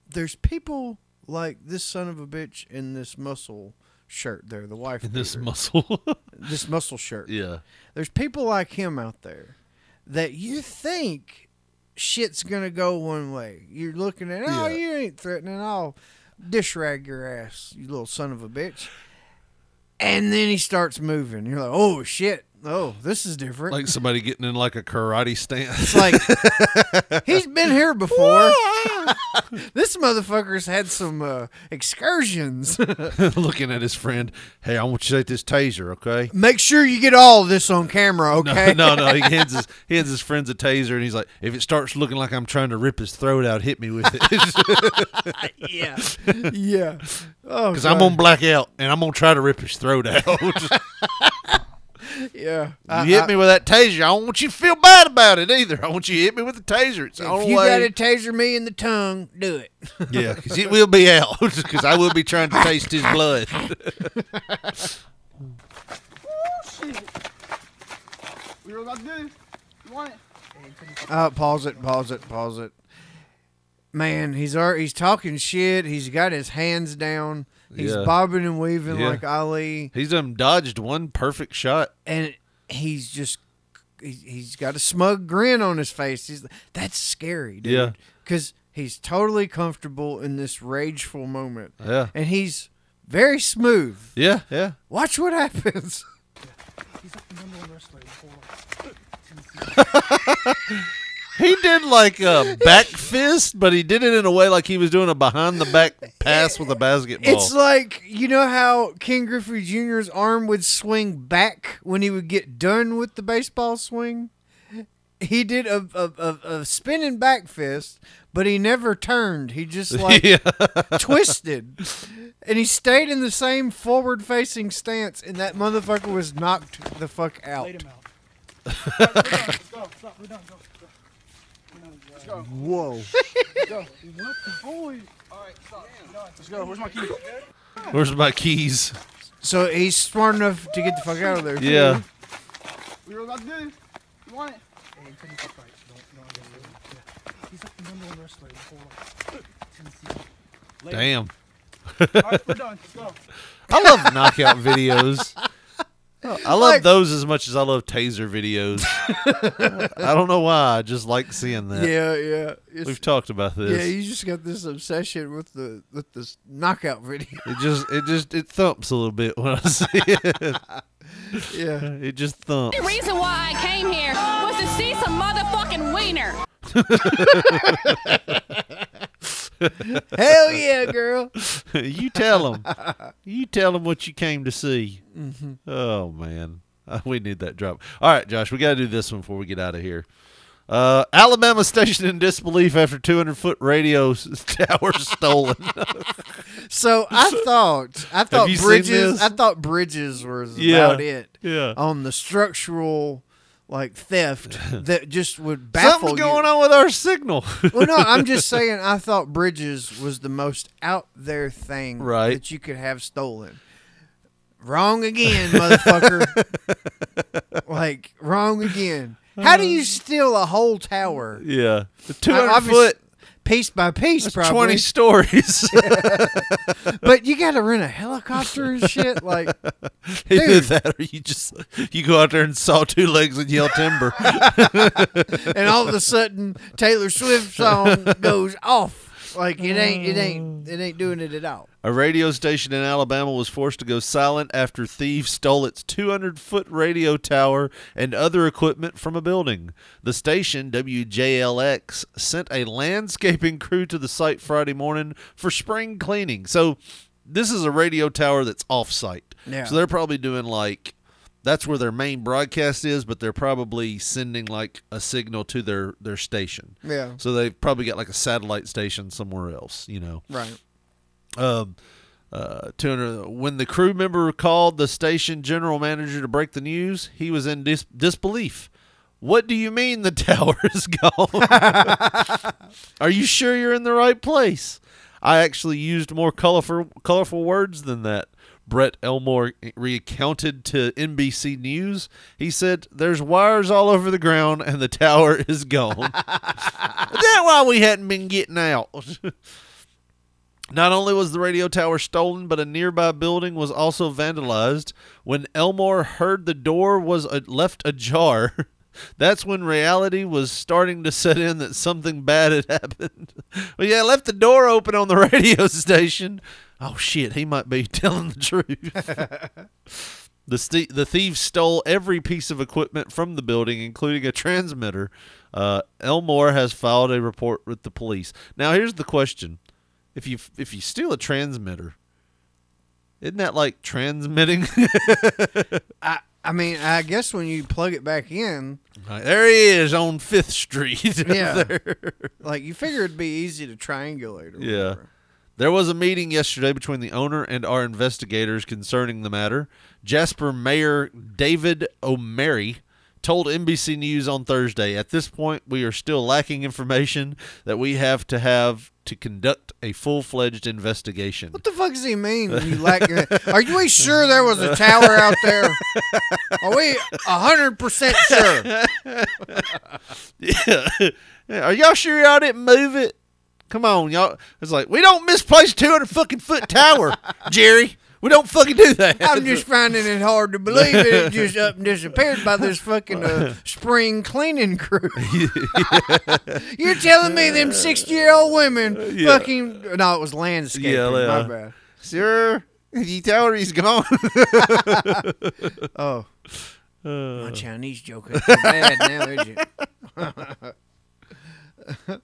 [SPEAKER 6] there's people like this son of a bitch in this muscle shirt there, the wife.
[SPEAKER 5] This
[SPEAKER 6] beater.
[SPEAKER 5] muscle.
[SPEAKER 6] this muscle shirt.
[SPEAKER 5] yeah.
[SPEAKER 6] There's people like him out there that you think shit's gonna go one way. You're looking at, oh,
[SPEAKER 5] Yeah.
[SPEAKER 6] you ain't threatening. I'll dish rag your ass, you little son of a bitch. And then he starts moving. You're like, oh shit. Oh, this is different.
[SPEAKER 5] Like somebody getting in like a karate stance.
[SPEAKER 6] like he's been here before. this motherfucker's had some uh, excursions.
[SPEAKER 5] looking at his friend. Hey, I want you to take this taser, okay?
[SPEAKER 6] Make sure you get all of this on camera,
[SPEAKER 5] No,
[SPEAKER 6] okay?
[SPEAKER 5] no, no. He hands his he hands his friends a taser, and he's like, "If it starts looking like I'm trying to rip his throat out, hit me with it."
[SPEAKER 6] yeah, yeah. Oh,
[SPEAKER 5] because I'm
[SPEAKER 6] God.
[SPEAKER 5] gonna black out, and I'm gonna try to rip his throat out.
[SPEAKER 6] Yeah,
[SPEAKER 5] you hit me with that taser. I don't want you to feel bad about it either. I want you to hit me with the taser. It's the
[SPEAKER 6] If
[SPEAKER 5] only
[SPEAKER 6] you
[SPEAKER 5] way.
[SPEAKER 6] got to taser me in the tongue, do it.
[SPEAKER 5] Yeah, because it will be out. Because I will be trying to taste his blood.
[SPEAKER 11] We were about to do. You want it?
[SPEAKER 6] Uh, pause it, pause it, pause it. Man, he's already, he's talking shit. He's got his hands down. He's
[SPEAKER 5] Yeah.
[SPEAKER 6] bobbing and weaving
[SPEAKER 5] Yeah.
[SPEAKER 6] like Ali,
[SPEAKER 5] He's um dodged one perfect shot.
[SPEAKER 6] and he's just he, he's got a smug grin on his face. He's that's scary, dude.
[SPEAKER 5] Yeah.
[SPEAKER 6] because he's totally comfortable in this rageful moment.
[SPEAKER 5] Yeah.
[SPEAKER 6] and he's very smooth.
[SPEAKER 5] Yeah, yeah.
[SPEAKER 6] Watch what happens.
[SPEAKER 5] He did like a back fist, but he did it in a way like he was doing a behind the back pass with a basketball.
[SPEAKER 6] It's like you know how King Griffey Jr.'s arm would swing back when he would get done with the baseball swing. He did a a, a, a spinning back fist, but he never turned. He just like
[SPEAKER 5] Yeah.
[SPEAKER 6] twisted, and he stayed in the same forward facing stance. And that motherfucker was knocked the fuck out.
[SPEAKER 11] Go, stop, we're done, go. go. Let's go.
[SPEAKER 6] Whoa.
[SPEAKER 11] go. What the boy? Alright, stop. Let's go. Where's my key?
[SPEAKER 5] Where's my keys?
[SPEAKER 6] So he's smart enough to get the fuck out of there.
[SPEAKER 5] Yeah.
[SPEAKER 11] We were about to do. You want it? He's like the number one wrestler in
[SPEAKER 5] Damn.
[SPEAKER 11] Alright, we're done. Let's go.
[SPEAKER 5] I love knockout videos. I love
[SPEAKER 11] Like-
[SPEAKER 5] those as much as I love taser videos. I don't know why. I just like seeing that.
[SPEAKER 6] Yeah, yeah. It's-
[SPEAKER 5] We've talked about this.
[SPEAKER 6] Yeah, you just got this obsession with the with this knockout video.
[SPEAKER 5] It just it just it thumps a little bit when I see it.
[SPEAKER 6] Yeah.
[SPEAKER 5] It just thumps.
[SPEAKER 24] The reason why I came here was to see some motherfucking wiener.
[SPEAKER 6] Hell yeah, girl.
[SPEAKER 5] you tell them. You tell them what you came to see.
[SPEAKER 6] Mm-hmm.
[SPEAKER 5] Oh man, Uh, we need that drop. All right, Josh, we got to do this one before we get out of here. Uh, Alabama station in disbelief after 200 foot radio s- tower stolen.
[SPEAKER 6] So I thought I thought
[SPEAKER 5] you seen
[SPEAKER 6] bridges
[SPEAKER 5] this?
[SPEAKER 6] I thought bridges was
[SPEAKER 5] Yeah,
[SPEAKER 6] about it.
[SPEAKER 5] yeah.
[SPEAKER 6] On the structural like theft that just would baffle
[SPEAKER 5] Something's
[SPEAKER 6] you.
[SPEAKER 5] going on with our signal.
[SPEAKER 6] well, no, I'm just saying. I thought bridges was the most out there thing
[SPEAKER 5] Right.
[SPEAKER 6] that you could have stolen. Wrong again, motherfucker. like wrong again. How
[SPEAKER 5] Uh,
[SPEAKER 6] do you steal a whole tower?
[SPEAKER 5] yeah, the
[SPEAKER 6] I-
[SPEAKER 5] 200
[SPEAKER 6] obvious-
[SPEAKER 5] foot,
[SPEAKER 6] piece by piece, probably
[SPEAKER 5] 20 stories.
[SPEAKER 6] but you got to rent a helicopter and shit. Like,
[SPEAKER 5] Either
[SPEAKER 6] dude,
[SPEAKER 5] that, or you just you go out there and saw two legs and yell timber.
[SPEAKER 6] and all of a sudden Taylor Swift song goes off. Like it ain't, it ain't, it ain't doing it at all.
[SPEAKER 5] A radio station in Alabama was forced to go silent after thieves stole its 200 foot radio tower and other equipment from a building. The station, WJLX, sent a landscaping crew to the site Friday morning for spring cleaning. So, this is a radio tower that's off site.
[SPEAKER 6] Yeah.
[SPEAKER 5] So, they're probably doing like that's where their main broadcast is, but they're probably sending like a signal to their, their station.
[SPEAKER 6] Yeah.
[SPEAKER 5] So, they've probably got like a satellite station somewhere else, you know.
[SPEAKER 6] Right.
[SPEAKER 5] Um, uh, 200, when the crew member called the station general manager to break the news, he was in dis- disbelief. What do you mean the tower is gone? Are you sure you're in the right place? I actually used more colorful colorful words than that. Brett Elmore recounted to NBC News. He said, "There's wires all over the ground, and the tower is gone. That's why we hadn't been getting out." Not only was the radio tower stolen, but a nearby building was also vandalized. When Elmore heard the door was a- left ajar, that's when reality was starting to set in that something bad had happened. well, yeah, I left the door open on the radio station. Oh shit, he might be telling the truth. The, st- the thieves stole every piece of equipment from the building, including a transmitter. Uh, Elmore has filed a report with the police. Now, here's the question: If you if you steal a transmitter, isn't that like transmitting?
[SPEAKER 6] I I mean, I guess when you plug it back in,
[SPEAKER 5] Like, there he is on Fifth Street. up
[SPEAKER 6] yeah,
[SPEAKER 5] there.
[SPEAKER 6] like you figure it'd be easy to triangulate. Or
[SPEAKER 5] Yeah. There was a meeting yesterday between the owner and our investigators concerning the matter. Jasper Mayor David O'Mary told NBC News on Thursday, "At this point, we are still lacking information that we have to have to conduct a full-fledged investigation."
[SPEAKER 6] What the fuck does he mean? when You lack. Are you we sure there was a tower out there? Are we hundred percent sure?
[SPEAKER 5] yeah. Yeah. Are y'all sure y'all didn't move it? Come on, y'all. It's like we don't misplace two hundred fucking foot tower, Jerry. We don't fucking do that.
[SPEAKER 6] I'm just finding it hard to believe that it just up and disappeared by this fucking uh, spring cleaning crew. You're telling me them 60 year old women
[SPEAKER 5] Uh, Yeah.
[SPEAKER 6] fucking. No, it was landscaping.
[SPEAKER 5] Yeah, yeah.
[SPEAKER 6] My bad.
[SPEAKER 5] Sir, the tower is gone.
[SPEAKER 6] oh.
[SPEAKER 5] Uh.
[SPEAKER 6] My Chinese joke is bad now, is it?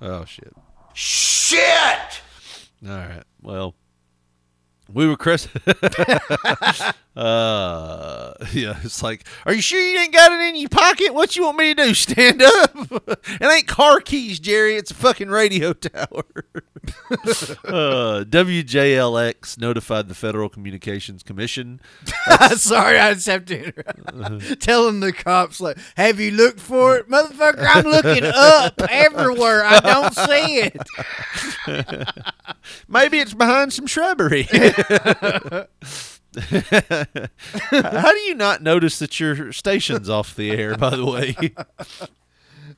[SPEAKER 5] Oh shit.
[SPEAKER 6] Shit!
[SPEAKER 5] All right. Well, we were Chris. uh, yeah. It's like, are you sure you ain't got it in your pocket? What you want me to do? Stand up? it ain't car keys, Jerry. It's a fucking radio tower. uh, WJLX notified the Federal Communications Commission.
[SPEAKER 6] Sorry, I just have to
[SPEAKER 5] Uh-huh.
[SPEAKER 6] interrupt. Telling the cops, like, have you looked for it? Motherfucker, I'm looking up everywhere. I don't see it.
[SPEAKER 5] Maybe it's behind some shrubbery. How do you not notice that your station's off the air, by the way?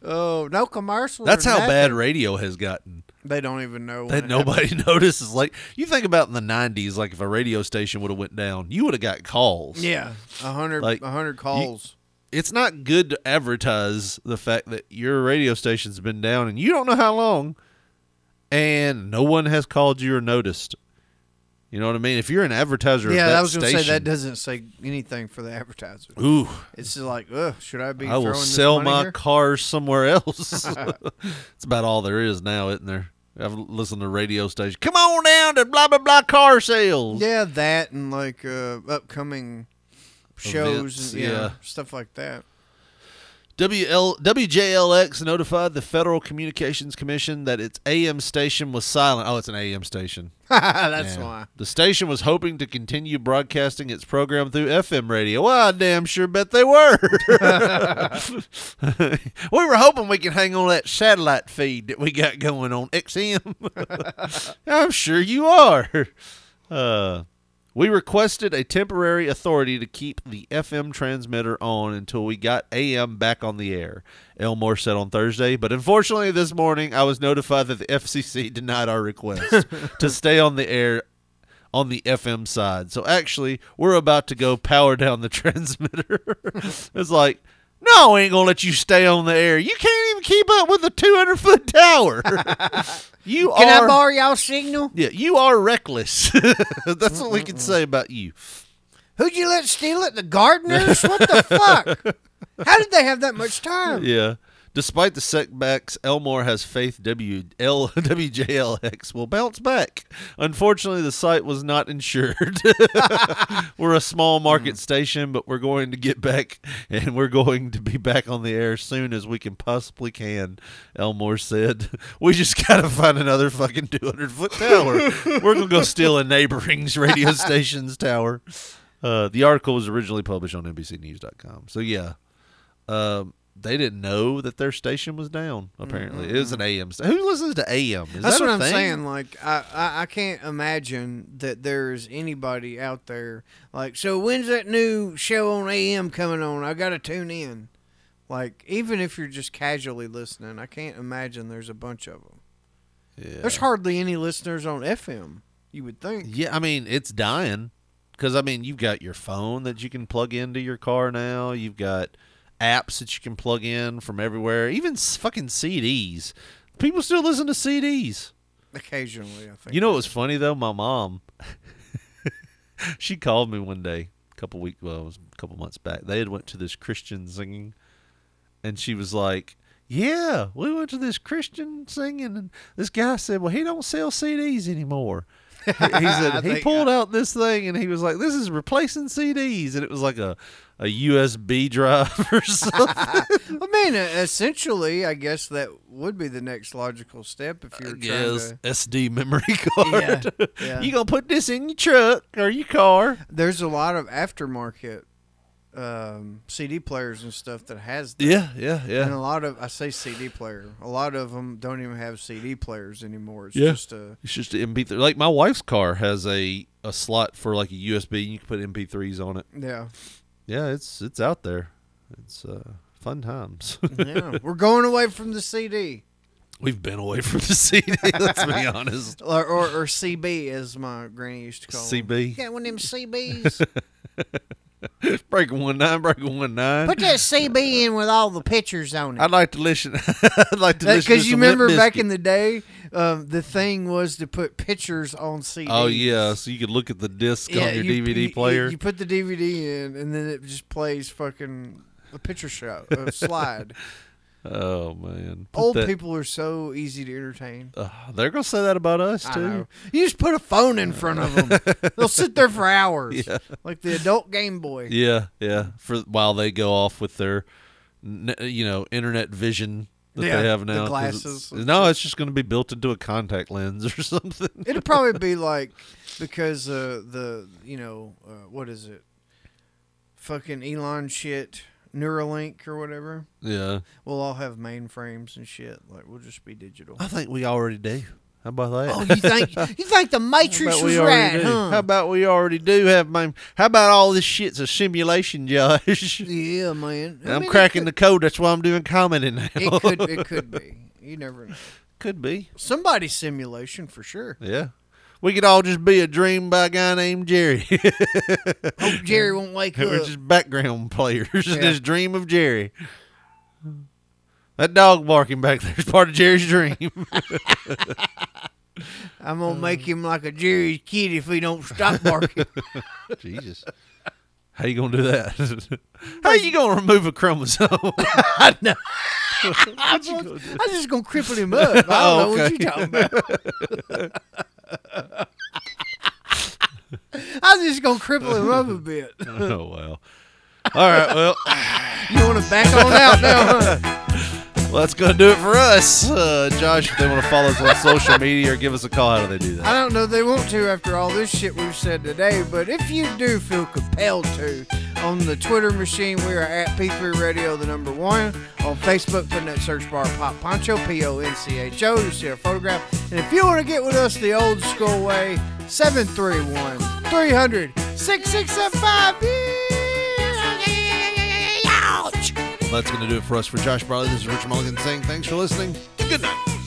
[SPEAKER 6] Oh, no commercial.
[SPEAKER 5] That's
[SPEAKER 6] or
[SPEAKER 5] how bad
[SPEAKER 6] nothing.
[SPEAKER 5] radio has gotten.
[SPEAKER 6] They don't even know. when
[SPEAKER 5] That
[SPEAKER 6] it
[SPEAKER 5] nobody
[SPEAKER 6] happened.
[SPEAKER 5] notices. Like you think about in the '90s, like if a radio station would have went down, you would have got calls.
[SPEAKER 6] Yeah, a hundred,
[SPEAKER 5] Like,
[SPEAKER 6] a hundred
[SPEAKER 5] you-
[SPEAKER 6] calls.
[SPEAKER 5] It's not good to advertise the fact that your radio station's been down and you don't know how long, and no one has called you or noticed. You know what I mean? If you're an advertiser,
[SPEAKER 6] yeah,
[SPEAKER 5] of that
[SPEAKER 6] I was gonna
[SPEAKER 5] station,
[SPEAKER 6] say that doesn't say anything for the advertiser.
[SPEAKER 5] Ooh.
[SPEAKER 6] it's just like, ugh, should I be?
[SPEAKER 5] I will
[SPEAKER 6] throwing this
[SPEAKER 5] sell
[SPEAKER 6] money
[SPEAKER 5] my
[SPEAKER 6] here?
[SPEAKER 5] car somewhere else. it's about all there is now, isn't there? I've listened to radio stations. Come on down to blah blah blah car sales.
[SPEAKER 6] Yeah, that and like uh, upcoming shows
[SPEAKER 5] Events,
[SPEAKER 6] and yeah,
[SPEAKER 5] yeah.
[SPEAKER 6] stuff like that.
[SPEAKER 5] WL, WJLX notified the Federal Communications Commission that its AM station was silent. Oh, it's an AM station.
[SPEAKER 6] That's
[SPEAKER 5] Yeah.
[SPEAKER 6] why.
[SPEAKER 5] The station was hoping to continue broadcasting its program through FM radio. Well, I damn sure bet they were. we were hoping we could hang on that satellite feed that we got going on XM. I'm sure you are. Uh, we requested a temporary authority to keep the FM transmitter on until we got AM back on the air, Elmore said on Thursday. But unfortunately, this morning I was notified that the FCC denied our request to stay on the air on the FM side. So actually, we're about to go power down the transmitter. it's like, no, we ain't gonna let you stay on the air. You can't even keep up with a 200 foot tower. you
[SPEAKER 4] Can
[SPEAKER 5] are
[SPEAKER 4] I borrow y'all signal?
[SPEAKER 5] yeah, you are reckless. That's what we can say about you.
[SPEAKER 4] Who'd you let steal it? The gardeners? What the fuck?
[SPEAKER 6] How did they have that much time?
[SPEAKER 5] Yeah. Despite the setbacks, Elmore has faith W L WJLX will bounce back. Unfortunately, the site was not insured. we're a small market station, but we're going to get back and we're going to be back on the air soon as we can possibly can, Elmore said. We just got to find another fucking 200 foot tower. we're going to go steal a neighboring's radio station's tower. Uh, the article was originally published on NBCNews.com. So, yeah. Um, they didn't know that their station was down. Apparently, it was an AM. St- Who listens to AM? Is
[SPEAKER 6] Mm-hmm. That's
[SPEAKER 5] that a
[SPEAKER 6] what I'm
[SPEAKER 5] thing?
[SPEAKER 6] saying. Like, I, I, I can't imagine that there's anybody out there. Like, so when's that new show on AM coming on? I got to tune in. Like, even if you're just casually listening, I can't imagine there's a bunch of them.
[SPEAKER 5] Yeah.
[SPEAKER 6] There's hardly any listeners on FM, you would think.
[SPEAKER 5] Yeah, I mean it's dying because I mean you've got your phone that you can plug into your car now. You've got apps that you can plug in from everywhere. Even s- fucking CDs. People still listen to CDs.
[SPEAKER 6] Occasionally, I think.
[SPEAKER 5] You know what was funny though? My mom, she called me one day couple week well, it was a couple months back. They had went to this Christian singing, and she was like, "Yeah, we went to this Christian singing, and this guy said, well, he don't sell CDs anymore." he he
[SPEAKER 6] I
[SPEAKER 5] said he
[SPEAKER 6] think-
[SPEAKER 5] pulled out this thing and he was like, "This is replacing CDs," and it was like a a USB drive or something.
[SPEAKER 6] I mean, uh, essentially, I guess that would be the next logical step if you're trying
[SPEAKER 5] yes,
[SPEAKER 6] to.
[SPEAKER 5] SD memory card.
[SPEAKER 6] yeah.
[SPEAKER 5] you gonna put this in your truck or your car?
[SPEAKER 6] There's a lot of aftermarket um, CD players and stuff that has. That.
[SPEAKER 5] Yeah, yeah, yeah.
[SPEAKER 6] And a lot of I say CD player. A lot of them don't even have CD players anymore. It's
[SPEAKER 5] yeah.
[SPEAKER 6] just uh, a
[SPEAKER 5] it's just an MP3. Like my wife's car has a a slot for like a USB. and You can put MP3s on it.
[SPEAKER 6] yeah.
[SPEAKER 5] Yeah, it's it's out there. It's uh, fun times.
[SPEAKER 6] Yeah, we're going away from the CD.
[SPEAKER 5] We've been away from the CD. Let's be honest.
[SPEAKER 6] Or, or, or CB, as my granny used to call 'em.
[SPEAKER 5] CB.
[SPEAKER 4] Got one of them CBs.
[SPEAKER 5] break one nine, break one nine.
[SPEAKER 4] Put that CB in with all the pictures on it.
[SPEAKER 5] I'd like to listen. I'd like to listen. to
[SPEAKER 6] Because you
[SPEAKER 5] some Limp
[SPEAKER 6] remember back
[SPEAKER 5] Bizkit.
[SPEAKER 6] in the day, um, the thing was to put pictures on CD.
[SPEAKER 5] Oh yeah, so you could look at the disc on your
[SPEAKER 6] you-
[SPEAKER 5] DVD
[SPEAKER 6] you-
[SPEAKER 5] player.
[SPEAKER 6] You, put the DVD in, and then it just plays fucking a picture show, a slide.
[SPEAKER 5] oh man, Put
[SPEAKER 6] Old
[SPEAKER 5] that-
[SPEAKER 6] people are so easy to entertain.
[SPEAKER 5] Uh, they're gonna say that about us
[SPEAKER 6] I
[SPEAKER 5] too.
[SPEAKER 6] know. You just put a phone in front of them; they'll sit there for hours,
[SPEAKER 5] Yeah.
[SPEAKER 6] like the adult Game Boy.
[SPEAKER 5] Yeah, yeah. For while they go off with their, n- you know, internet vision that
[SPEAKER 6] Yeah,
[SPEAKER 5] they have
[SPEAKER 6] the
[SPEAKER 5] now. 'cause
[SPEAKER 6] glasses.
[SPEAKER 5] It's, no, it's just going to be built into a contact lens or something.
[SPEAKER 6] It'd probably be like because uh, the you know uh, what is it, fucking Elon shit, Neuralink or whatever.
[SPEAKER 5] Yeah.
[SPEAKER 6] we'll all have mainframes and shit. Like we'll just be digital.
[SPEAKER 5] I think we already do. How about that?
[SPEAKER 4] Oh, you think you think the Matrix
[SPEAKER 5] How about
[SPEAKER 4] was
[SPEAKER 5] we already
[SPEAKER 4] right,
[SPEAKER 5] do?
[SPEAKER 4] huh?
[SPEAKER 5] How about we already do have my? How about all this shit's a simulation, Josh?
[SPEAKER 6] Yeah, man. I
[SPEAKER 5] I'm
[SPEAKER 6] mean, it
[SPEAKER 5] cracking the code. That's why I'm doing commenting now.
[SPEAKER 6] It could. It could be. You never know.
[SPEAKER 5] Could be.
[SPEAKER 6] Somebody's simulation for sure.
[SPEAKER 5] Yeah. We could all just be a dream by a guy named Jerry.
[SPEAKER 6] Hope Jerry won't wake
[SPEAKER 5] We're
[SPEAKER 6] up.
[SPEAKER 5] just background players.
[SPEAKER 6] Yeah.
[SPEAKER 5] This dream of Jerry. That dog barking back there is part of Jerry's dream.
[SPEAKER 6] I'm gonna make him like a Jerry's kid if he don't stop barking.
[SPEAKER 5] Jesus. How you gonna do that? How you gonna remove a chromosome? I know.
[SPEAKER 6] I'm just, I'm just gonna cripple him up. I don't know what you talking about. I'm just gonna cripple him up a bit.
[SPEAKER 5] oh wow. All right, well
[SPEAKER 6] You wanna back on out now, huh?
[SPEAKER 5] Well, that's gonna do it for us. Uh, Josh, if they want to follow us on social media or give us a call, how do they do that?
[SPEAKER 6] I don't know if they want to after all this shit we've said today, but if you do feel compelled to, on the Twitter machine, we are at P3 Radio, the number one. On Facebook, put in that search bar Pop Poncho, P O N C H O, to see our photograph. And if you want to get with us the old school way, 731 300 6675.
[SPEAKER 5] That's gonna do it for us. For Josh Barley, this is Rich Mulligan saying thanks for listening. Good night.